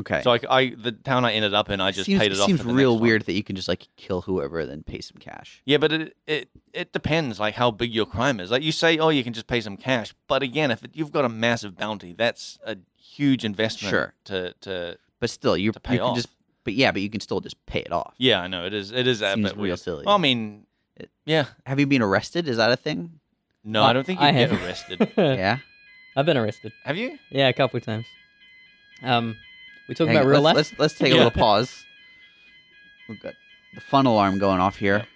S3: okay,
S2: So I, I the town I ended up in, I just
S3: seems,
S2: paid it off.
S3: seems
S2: for the
S3: real
S2: next one.
S3: weird that you can just like kill whoever and then pay some cash.
S2: Yeah, but it, it it depends like how big your crime is. Like you say, oh, you can just pay some cash, but again, if you've got a massive bounty, that's a huge investment.
S3: Sure.
S2: To to
S3: But still, you're,
S2: To pay
S3: you can
S2: off.
S3: just but yeah, but you can still just pay it off.
S2: yeah, I know it is. It is a
S3: Seems
S2: bit
S3: real
S2: weird.
S3: silly.
S2: Well, I mean,
S3: It-
S2: yeah.
S3: Have you been arrested? Is that a thing?
S2: No,
S5: I-
S2: I don't think you
S5: I
S2: get
S3: *laughs*
S5: have-
S2: arrested.
S5: Uh,
S3: yeah.
S5: I've been arrested.
S2: have you?
S5: Yeah, a couple of times. Um, we talk
S3: Hang
S5: about
S3: on,
S5: real
S3: let's,
S5: life.
S3: Let's let's take a
S2: Yeah.
S3: little pause. We've got the fun alarm going off here.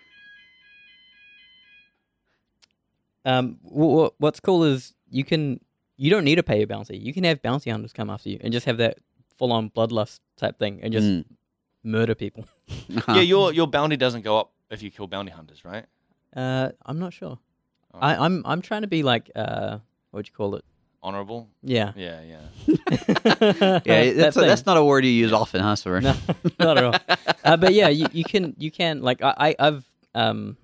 S5: Um, wh- wh- what's cool is you can you don't need to pay a bounty. You can have bounty hunters come after you and just have that full on bloodlust type thing and just
S3: Mm. Uh-huh.
S5: murder people. *laughs*
S2: Yeah, your your bounty doesn't go up if you kill bounty hunters, right?
S5: Uh, I'm not sure.
S2: Oh.
S5: I, I'm I'm trying to be like uh, what do you call it?
S2: honorable.
S3: *laughs*
S5: Yeah.
S2: Yeah, yeah.
S5: *laughs*
S3: Yeah, that's
S5: That
S3: that's
S5: thing.
S3: not a word you use often, huh, Sir? *laughs*
S5: *laughs* no, not at all. Uh, but yeah, you, you can you can like I, I I've um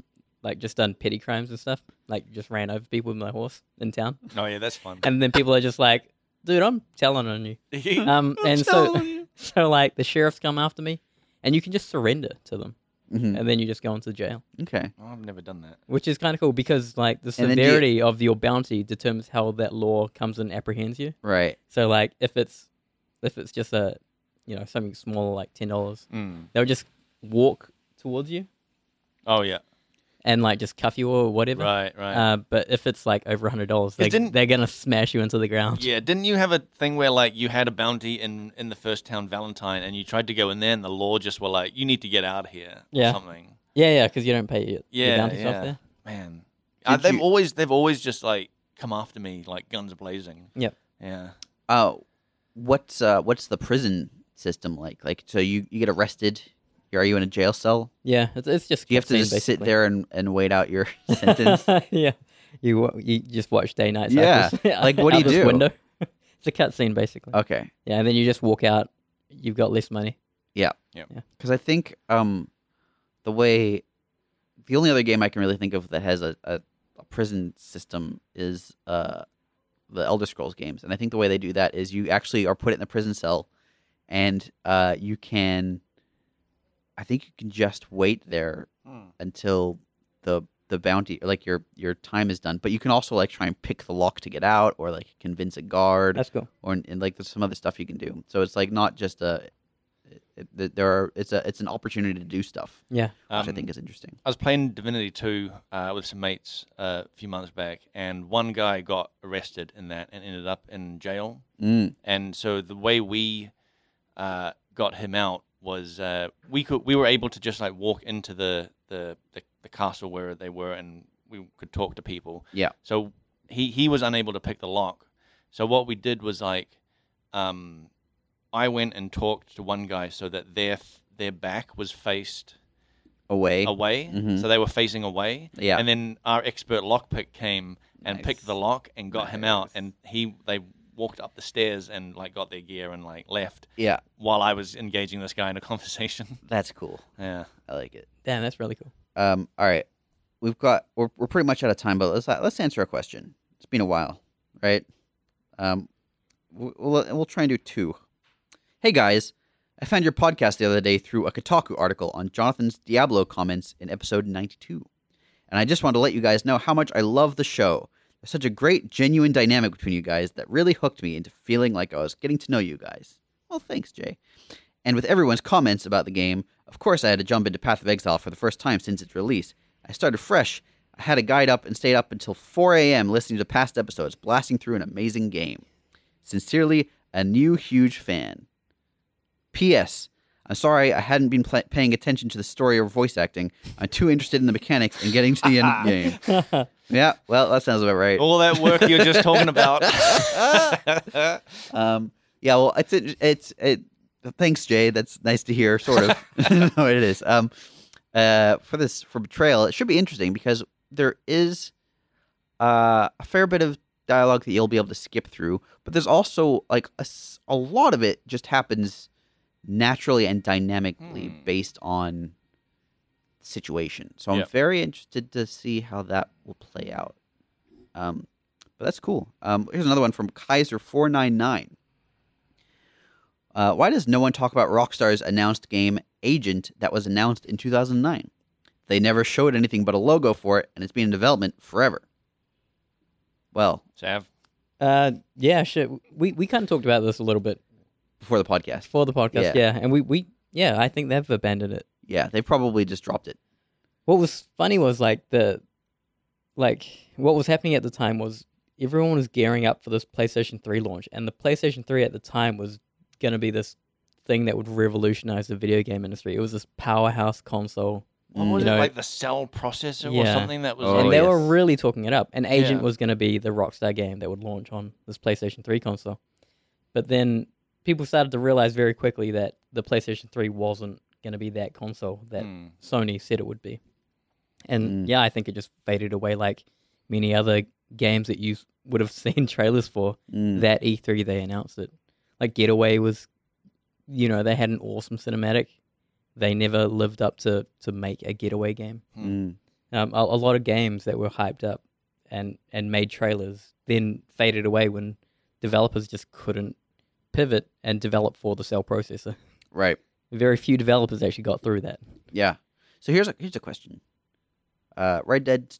S5: like just done petty crimes and stuff. Like just ran over people with my horse in town,
S2: Oh yeah, that's *laughs* fun.
S5: and then people are just like, "Dude, I'm telling on you." Um, and so *laughs* so like the sheriffs come after me, and you can just surrender to them, *laughs*
S3: Mhm.
S5: and then you just go into jail,
S3: Okay.
S2: Oh, I've never done that.
S5: which is kind of cool because like the
S3: And then do you-
S5: severity of your bounty determines how that law comes and apprehends you.
S3: Right.
S5: So like if it's if it's just a you know something smaller like ten dollars,
S2: Mm.
S5: they'll just walk towards you
S2: Oh yeah,
S5: and like just cuff you or whatever.
S2: right, right.
S5: Uh, but if it's like over a hundred dollars, they,
S2: didn't-
S5: they're gonna smash you into the ground.
S2: yeah, didn't you have a thing where like you had a bounty in in the first town Valentine, and you tried to go in there, and the law just were like, you need to get out of here. or
S5: Yeah.
S2: something.
S5: yeah, yeah, because you don't pay your,
S2: Yeah,
S5: your bounty
S2: yeah.
S5: off there.
S2: Man, Uh,
S3: Did
S2: they've
S3: you-
S2: always they've always just like come after me like guns blazing.
S5: Yep.
S2: Yeah.
S3: Uh, what's uh, what's the prison system like? Like, so you, you get arrested. Are you in a jail cell?
S5: Yeah, it's, it's just
S3: Do you have to
S5: cutscene,
S3: just sit
S5: basically.
S3: there and, and wait out your *laughs*
S5: *laughs*
S3: sentence?
S5: yeah, you wa- you just watch day night.
S3: Yeah,
S5: cycles *laughs*
S3: like, what do
S5: out
S3: you
S5: this
S3: do? Oh.
S5: Window. *laughs* it's a cutscene basically.
S3: okay.
S5: Yeah, and then you just walk out. You've got less money.
S3: because I think um, the way the only other game I can really think of that has a, a, a prison system is uh, the Elder Scrolls games, and I think the way they do that is you actually are put in a prison cell, and uh, you can, I think you can just wait there
S2: Um,
S3: until the the bounty or like your your time is done, but you can also like try and pick the lock to get out or like convince a guard
S5: That's cool.
S3: or and like there's some other stuff you can do. So it's like not just a it, it- there are it's a it's an opportunity to do stuff,
S5: Yeah,
S3: which I
S2: Um,
S3: think is interesting.
S2: I was playing Divinity 2 uh, with some mates uh, a few months back, and one guy got arrested in that and ended up in jail.
S3: Mm.
S2: And so the way we uh, got him out was uh, we could we were able to just like walk into the, the, the, the castle where they were, and we could talk to people.
S3: Yeah.
S2: So he he was unable to pick the lock. So what we did was like, um, I went and talked to one guy so that their f- their back was faced
S3: Away,
S2: away,
S3: Mhm.
S2: so they were facing away.
S3: Yeah.
S2: And then our expert lockpick came and
S3: Nice.
S2: picked the lock and got him out,
S3: Nice.
S2: and he they walked up the stairs and like got their gear and like left
S3: yeah,
S2: while I was engaging this guy in a *laughs* conversation.
S3: that's cool.
S2: yeah.
S3: I like it.
S5: damn, that's really cool.
S3: Um, all right, we've got we're we're pretty much out of time, but let's uh, let's answer a question. It's been a while, right? Um, we'll we'll we'll try and do two. Hey guys, I found your podcast the other day through a Kotaku article on Jonathan's Diablo comments in episode 92. And I just wanted to let you guys know how much I love the show. There's such a great, genuine dynamic between you guys that really hooked me into feeling like I was getting to know you guys. Well, thanks, Jay. And with everyone's comments about the game, of course I had to jump into Path of Exile for the first time since its release. I started fresh. I had a guide up and stayed up until 4 a.m. listening to past episodes, blasting through an amazing game. Sincerely, a new huge fan. P.S. I'm sorry I hadn't been pla paying attention to the story or voice acting. I'm too interested in the mechanics and getting to the end game. Yeah, well, that sounds about right.
S2: All that work you're just talking *laughs* about.
S3: Um, yeah, well, it's it's it. Thanks, Jay. That's nice to hear. Sort of. *laughs* no, it is. Um, uh, for this for betrayal, it should be interesting because there is uh, a fair bit of dialogue that you'll be able to skip through, but there's also like a, s- a lot of it just happens naturally and dynamically
S2: Hmm.
S3: based on situation. So I'm
S2: Yep.
S3: very interested to see how that will play out. Um, but that's cool. Um, here's another one from Kaiser four nine nine. Uh, why does no one talk about Rockstar's announced game Agent that was announced in 2009? They never showed anything but a logo for it, and it's been in development forever. Well,
S2: Sav.
S5: *laughs* Uh, yeah, shit. We we kind of talked about this a little bit
S3: before the podcast,
S5: before the podcast.
S3: Yeah.
S5: Yeah, and we we yeah, I think they've abandoned it.
S3: yeah, they probably just dropped it.
S5: what was funny was like the like what was happening at the time was everyone was gearing up for this PlayStation 3 launch and the PlayStation 3 at the time was going to be this thing that would revolutionize the video game industry. It was this powerhouse console
S2: What
S3: Mm.
S2: was
S5: You
S2: it
S5: know-
S2: like the cell processor or
S5: Yeah.
S2: something that was?
S3: Oh,
S5: and
S2: like,
S5: they
S3: yes.
S5: were really talking it up. And Agent
S2: Yeah.
S5: was going to be the Rockstar game that would launch on this PlayStation 3 console. But then people started to realize very quickly that the PlayStation 3 wasn't going to be that console that
S2: Mm.
S5: Sony said it would be. And
S3: Mm.
S5: yeah, I think it just faded away like many other games that you s- would have *laughs* seen trailers for
S3: Mm.
S5: that E3 they announced it. Like Getaway was, you know, they had an awesome cinematic. They never lived up to to make a Getaway game.
S3: Mm.
S5: Um, a, a lot of games that were hyped up and and made trailers then faded away when developers just couldn't pivot and develop for the cell processor. *laughs*
S3: Right.
S5: Very few developers actually got through that.
S3: Yeah. So here's a here's a question. Uh, Red Dead's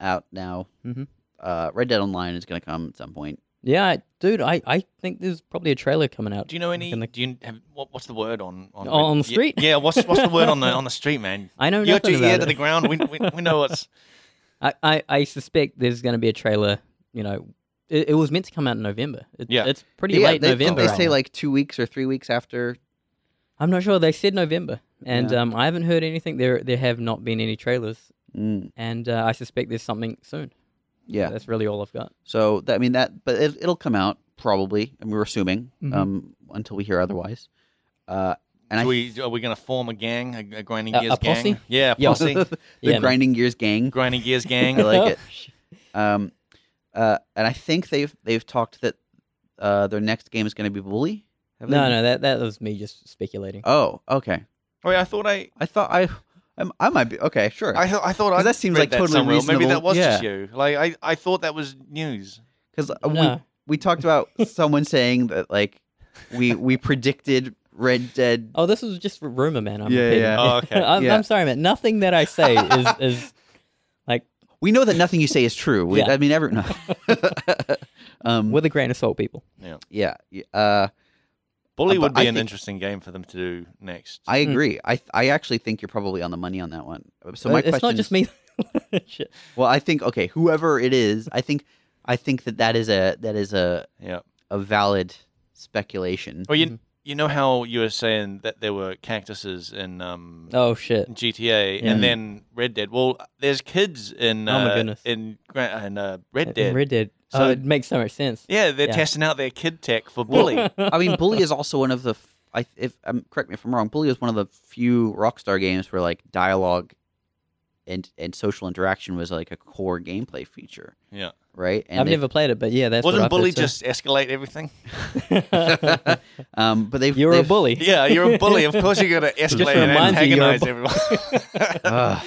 S3: out now.
S5: Mhm.
S3: Uh, Red Dead Online is going to come at some point.
S5: Yeah, I- dude, I, I think there's probably a trailer coming out.
S2: Do you know any?
S5: in the-
S2: do you have what, what's the word on on,
S5: Oh, on the
S2: Yeah-
S5: street?
S2: Yeah, what's what's the word on the on the street, man?
S5: *laughs* I know
S2: You got
S5: nothing
S2: your ear
S5: about
S2: to
S5: it.
S2: the ground. We, we, we know what's
S5: I, I, I suspect there's going to be a trailer. You know, it, it was meant to come out in November. It,
S2: Yeah.
S5: it's pretty
S3: yeah,
S5: late
S3: they,
S5: November.
S3: They
S5: I
S3: say
S5: think.
S3: like two weeks or three weeks after.
S5: I'm not sure. They said November, and
S3: Yeah.
S5: um, I haven't heard anything. There there have not been any trailers,
S3: Mm.
S5: and uh, I suspect there's something soon.
S3: Yeah.
S5: that's really all I've got.
S3: So that I mean that, but it, it'll come out probably. and we're assuming
S5: Mhm.
S3: um, until we hear otherwise. Uh, and I
S2: do we are we gonna form a gang, a, a grinding
S5: A-
S2: gears
S5: a posse?
S2: gang? Yeah, a
S5: Yeah.
S3: *laughs*
S2: posse,
S5: *laughs*
S3: the
S5: Yeah, man.
S3: grinding gears gang.
S2: grinding gears
S3: *laughs*
S2: gang.
S5: *laughs*
S3: I like it. Um, uh, and I think they've they've talked that uh, their next game is going to be Bully. Have they-
S5: No, no, that that was me just speculating.
S3: Oh, okay.
S2: Wait, I thought I
S3: I thought I I'm, I might be okay. Sure.
S2: I, thought- I thought I
S3: that seems
S2: read
S3: like
S2: that
S3: totally
S2: somewhere. else. Maybe
S3: reasonable.
S2: that was just you. Like I, I thought that was news.
S3: Because
S5: No.
S3: uh, we we talked
S5: *laughs*
S3: about someone saying that like we we predicted Red Dead.
S5: Oh, this was just a rumor, man. I'm
S3: Yeah,
S5: repeating.
S3: yeah.
S2: Oh, okay.
S5: *laughs* I'm,
S3: Yeah.
S5: I'm sorry, man. Nothing that I say is
S3: *laughs*
S5: is like
S3: We know that nothing you say is true. We,
S5: Yeah.
S3: I mean,
S5: *laughs*
S3: every *laughs* no. um,
S5: with a grain of salt, people.
S3: yeah, y- uh,
S2: Bully
S3: Uh,
S2: would
S3: but
S2: be
S3: I
S2: an
S3: think-
S2: interesting game for them to do next.
S3: I
S5: Hmm.
S3: agree. I I actually think you're probably on the money on that one. So my
S5: Uh, it's
S3: question,
S5: not just me. *laughs* Shit.
S3: Well, I think okay, whoever it is, I think I think that that is a that is a
S2: yeah.
S3: a valid speculation.
S2: Well, you
S5: Mm-hmm.
S2: you know how you were saying that there were cactuses in um,
S5: Oh shit.
S2: GTA
S5: Yeah.
S2: and then Red Dead. Well, there's kids in
S5: Oh,
S2: uh,
S5: my goodness.
S2: in Gra- in uh, Red Dead.
S5: Red Dead.
S2: So-
S5: oh, it makes so much sense.
S2: yeah, they're
S5: Yeah.
S2: testing out their kid tech
S5: *laughs*
S2: for *laughs* Bully.
S3: I mean, Bully is also one of the. f- I if um, correct me if I'm wrong. Bully is one of the few Rockstar games where like dialogue, and and social interaction was like a core gameplay feature,
S2: yeah.
S3: right? And
S5: I've
S3: they've-
S5: never played it, but yeah, that's what
S2: Wasn't
S5: I've heard
S2: Bully
S5: too.
S2: just escalate everything?
S3: *laughs* um, but they've
S5: *laughs* You're a
S3: they've-
S5: bully.
S2: Yeah, you're a bully. Of course, you're going to escalate and
S5: reminds me you're a
S2: antagonize
S5: bu-
S2: everyone.
S5: *laughs*
S2: *laughs*
S3: Ugh.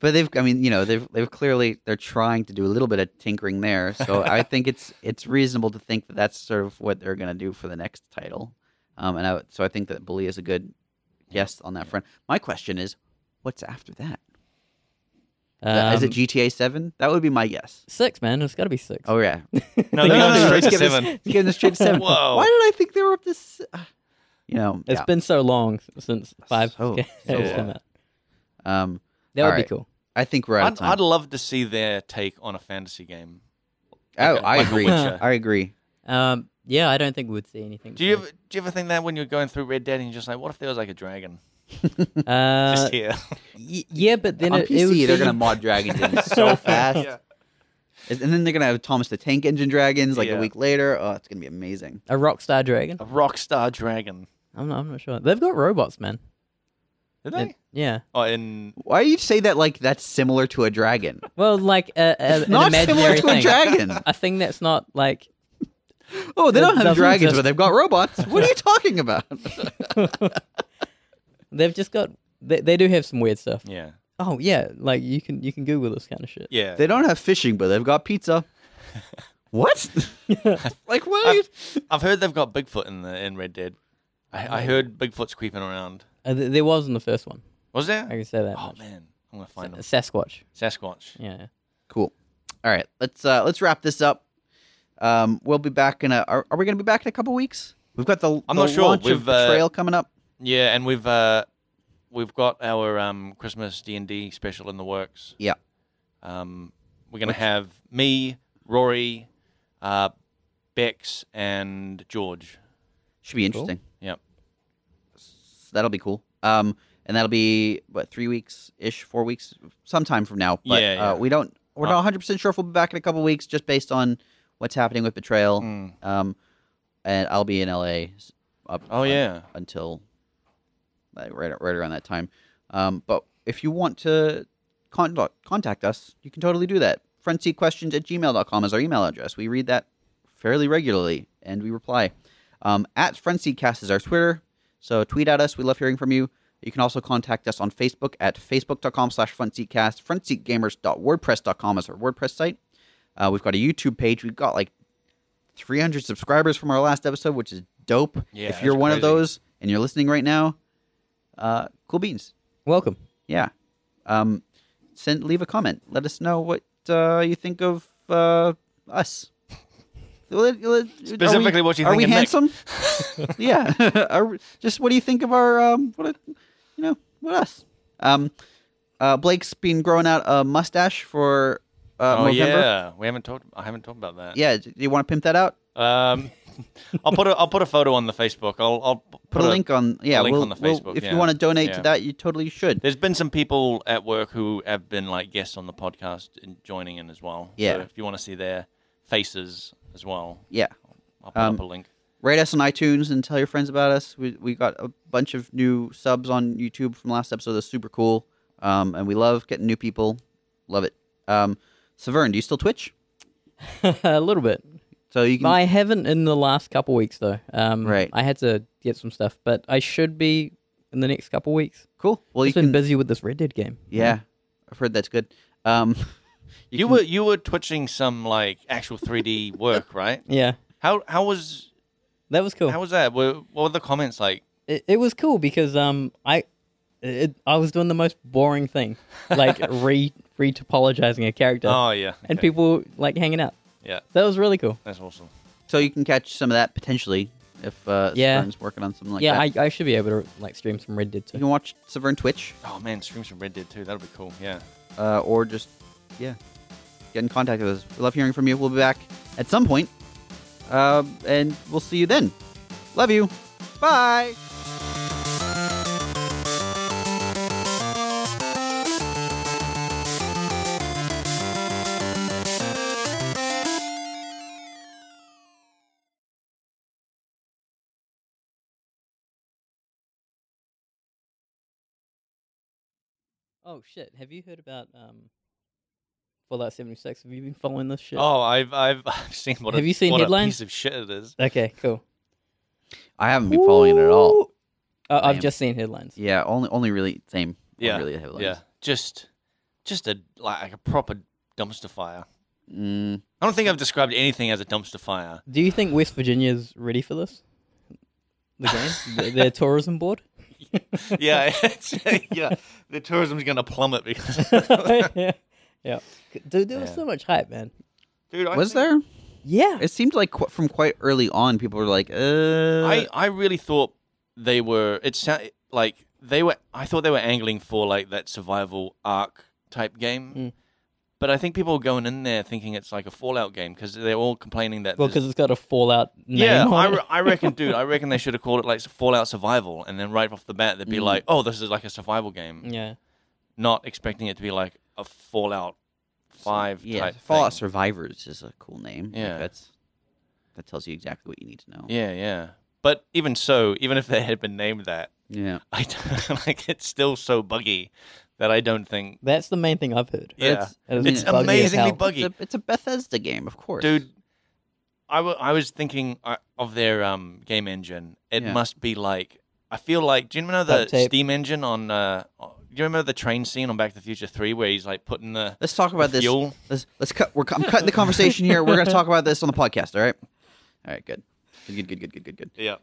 S3: but they've. I mean, you know, they've they've clearly they're trying to do a little bit of tinkering there. So
S2: *laughs*
S3: I think it's it's reasonable to think that that's sort of what they're going to do for the next title. Um, and I, so I think that Bully is a good guess on that front. My question is, what's after that? Uh, is it
S5: Um,
S3: GTA Seven? That would be my
S2: *laughs*
S3: guess.
S5: six, man? It's got to be six.
S3: Oh yeah,
S2: no, no,
S5: No, no, no,
S2: no, straight
S3: let's
S2: to
S3: give us-
S5: *laughs*
S2: seven.
S3: Let's give them straight to seven.
S2: *laughs* Whoa.
S3: Why did I think they were up this? You know,
S5: It's
S3: yeah.
S5: been so long since five
S3: So-
S5: games
S3: so *laughs*
S5: came
S3: long.
S5: out.
S3: um,
S5: That would
S3: Alright.
S5: be cool.
S3: I think we're out of
S2: I'd,
S3: time.
S2: I'd love to see their take on a fantasy game.
S3: oh,
S2: like a-
S3: I
S2: like a *laughs*
S3: agree.
S2: Witcher.
S3: I agree.
S5: Um, yeah, I don't think we would see anything.
S2: Do you ever, do you ever think that when you're going through Red Dead and you're just like, what if there was like a dragon
S5: ever? *laughs* Uh,
S2: just *laughs*
S5: *laughs*
S2: here?
S5: y- yeah, but then
S3: On
S5: it,
S3: PC,
S5: it would
S3: they're
S5: be-
S3: gonna mod dragons
S5: *laughs*
S3: in so fast, and then they're gonna have Thomas the Tank Engine dragons like a
S2: Yeah.
S3: week later. Oh, it's gonna be amazing.
S5: a Rockstar Dragon.
S3: Oh.
S2: a rock star dragon.
S5: I'm not, I'm not sure. They've got robots, man.
S2: Did they?
S5: Yeah.
S2: oh, in
S3: Why do you say that like that's similar to a *laughs* dragon?
S5: Well, like a, a, an
S3: Not similar
S5: imaginary
S3: to
S5: thing.
S3: a dragon.
S5: *laughs* A thing that's not like
S3: Oh, they
S5: It
S3: don't have
S5: doesn't
S3: dragons,
S5: just-
S3: but they've got robots. What are you talking *laughs* about?
S5: they've just got. They, they do have some weird stuff.
S2: yeah,
S5: Oh yeah, like you can you can Google this kind of shit.
S2: yeah.
S3: they don't have fishing, but they've got pizza. What? *laughs* like what? Are you...
S2: I've heard they've got Bigfoot in the in Red Dead. I, I heard Bigfoot's creeping around.
S5: Uh, th- there was in the first one.
S2: Was there?
S5: I can say that.
S2: oh
S5: much.
S2: man, I'm gonna find him.
S5: S- Sasquatch.
S2: Sasquatch.
S5: Yeah.
S3: *laughs* Cool. All right, let's uh let's wrap this up. Um, we'll be back in a. Are, are we going to be back in a couple weeks? We've got the.
S2: I'm
S3: the
S2: not sure.
S3: Launch of
S2: We've, uh,
S3: trail coming up.
S2: Yeah, and we've uh, we've got our um Christmas D and D special in the works.
S3: Yeah.
S2: Um, we're gonna have me, Rory, uh, Bex, and George.
S3: Should be interesting.
S2: Yep.
S3: So that'll be cool. Um, and that'll be what three weeks ish, four weeks, sometime from now. But
S2: Yeah, yeah.
S3: Uh, we don't. We're not
S2: Uh,
S3: 100 percent sure if we'll be back in a couple weeks, just based on what's happening with Betrayal.
S2: Mm.
S3: Um, and I'll be in LA. s- Up.
S2: Oh
S3: un-
S2: yeah.
S3: until like, right right around that time. Um, but if you want to con- contact us, you can totally do that. frontseatquestions at gmail.com is our email address. We read that fairly regularly and we reply. Um, at frontseatcast is our Twitter. So tweet at us. We love hearing from you. You can also contact us on Facebook at facebook.com slash frontseatcast. Frontseatgamers.wordpress.com is our WordPress site. Uh, we've got a YouTube page. We've got like 300 subscribers from our last episode, which is dope.
S2: Yeah,
S3: if you're
S2: that's
S3: one of
S2: crazy.
S3: those and you're listening right now, uh, cool beans.
S5: Welcome. *laughs*
S3: Yeah. Um, send leave a comment. Let us know what uh, you think of uh, us. *laughs* Let- let- are we-
S2: Specifically what you
S3: are
S2: think
S3: we
S2: of Nick.
S3: handsome?
S2: *laughs*
S3: yeah. *laughs* Are we- just what do you think of our um, what a- you know what us? Um, uh, Blake's been growing out a mustache for uh,
S2: oh
S3: November.
S2: yeah, we haven't talked. I haven't talked about that.
S3: Yeah, Do you want to pimp that out?
S2: Um, *laughs* I'll put a I'll put a photo on the Facebook. I'll I'll put,
S3: Put a link on yeah.
S2: link
S3: we'll-
S2: on the
S3: we'll-
S2: Facebook,
S3: if
S2: yeah.
S3: you want to donate to
S2: Yeah.
S3: that, you totally should.
S2: There's been some people at work who have been like guests on the podcast and joining in as well.
S3: Yeah.
S2: So if you want to see their faces as well,
S3: Yeah.
S2: I'll put
S3: Um,
S2: up a link.
S3: rate us on iTunes and tell your friends about us. We we got a bunch of new subs on YouTube from last episode. That's super cool. Um, and we love getting new people. Love it. Um, Severn, do you still Twitch?
S5: a little bit.
S3: So you can.
S5: I haven't in the last couple weeks though. Um,
S3: Right.
S5: I had to get some stuff, but I should be in the next couple weeks.
S3: Cool. Well,
S5: I've
S3: you
S5: been
S3: can.
S5: busy with this Red Dead game.
S3: Yeah, I've heard that's good. Um, *laughs*
S2: You, were you were twitching some like actual 3D work, *laughs* right?
S5: Yeah,
S2: How how was
S5: that was cool.
S2: how was that? Were, what were the comments like?
S5: it, it was cool because um I it, I was doing the most boring thing,
S3: *laughs*
S5: like re re topologizing a character
S2: Oh yeah,
S5: and
S2: okay.
S5: people like hanging out.
S2: Yeah,
S5: That was really cool.
S2: that's awesome.
S3: so you can catch some of that potentially if uh,
S5: Yeah.
S3: Severn's working on something like
S5: yeah,
S3: that.
S5: I, I should be able to like stream some Red Dead
S3: You
S5: too.
S3: can watch Severn Twitch
S2: Oh man, streams from Red Dead too. That'll be cool. Yeah.
S3: uh, or just yeah, get in contact with us. We love hearing from you. We'll be back at some point, um, and we'll see you then. Love you. Bye.
S5: Oh shit! Have you heard about um Fallout seventy six? Have you been following this shit?
S2: Oh, I've I've I've seen what.
S5: Have
S2: a,
S5: you seen
S2: what a
S5: headlines?
S2: piece of shit it is.
S5: Okay, cool.
S3: I haven't been following it at all.
S5: Uh,
S3: Damn.
S5: I've just seen headlines.
S3: Yeah, only only really same. only
S2: Yeah,
S3: really headlines.
S2: Yeah, just just a like a proper dumpster fire.
S3: Mm,
S2: I don't think I've described anything as a dumpster
S5: *laughs*
S2: fire.
S5: Do you think West Virginia's ready for this? The game, Their- their
S3: *laughs*
S5: tourism board. *laughs*
S2: yeah, it's, *laughs* yeah. The tourism's gonna plummet because
S5: *laughs*
S2: *laughs*
S5: yeah, yeah. Dude, there was
S2: Yeah.
S5: so much hype, man.
S2: dude, I
S3: was
S2: think-
S3: there?
S5: Yeah,
S3: It seemed like qu- from quite early on, people were like, "Uh,
S2: I I really thought they were. It sound like they were. I thought they were angling for like that survival arc type game.
S5: Mm.
S2: But I think people are going in there thinking it's like a Fallout game because they're all complaining that
S5: Well,
S2: there's-
S5: because it's got a Fallout name
S2: Yeah,
S5: on
S2: I,
S5: it.
S2: re- I reckon, dude. I reckon
S5: *laughs*
S2: they should have called it like Fallout Survival, and then right off the bat, they'd be
S5: Mm.
S2: like, "Oh, this is like a survival game,"
S5: yeah.
S2: not expecting it to be like a Fallout Five
S3: yeah,
S2: type
S3: Fallout
S2: thing.
S3: Survivors is a cool name. Like,
S2: Yeah.
S3: that's that tells you exactly what you need to know.
S2: Yeah, yeah. But even so, even if they had been named that,
S3: yeah.
S2: I don't, *laughs* like it's still so buggy that I don't think.
S5: That's the main thing I've heard.
S2: Yeah,
S5: It was
S2: it's
S5: buggy as
S2: amazingly
S5: hell.
S2: buggy.
S3: It's a, it's a Bethesda game, of course,
S2: dude. I wa- I was thinking uh, of their um, game engine. It
S3: Yeah.
S2: must be like I feel like. Do you remember the
S5: Duct tape.
S2: steam engine on? Uh, do you remember the train scene on Back to the Future Three where he's like putting the
S3: Let's talk about
S2: the
S3: this.
S2: fuel?
S3: Let's let's cut. We're, cu- I'm cutting the conversation here. We're going to talk about this on the podcast. All right. All right. Good. Good. Good. Good. Good. Good. Good.
S2: yeah.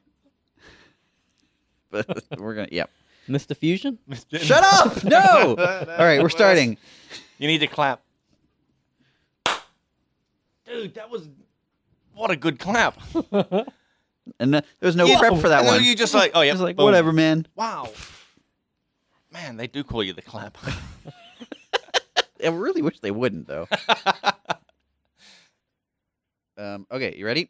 S3: But *laughs* we're gonna. Yep.
S5: Mr. Fusion?
S3: Shut up.
S2: *laughs*
S3: No. All right. We're starting.
S2: You need to clap, dude. That was what a good clap.
S3: And uh, there was no prep for that
S2: And then
S3: one.
S2: You just like oh yeah,
S3: It's like
S2: boom.
S3: whatever, man.
S2: Wow, man, they do call you the *laughs* clap.
S3: I
S2: *laughs*
S3: really wish they wouldn't though. um. Okay. You ready?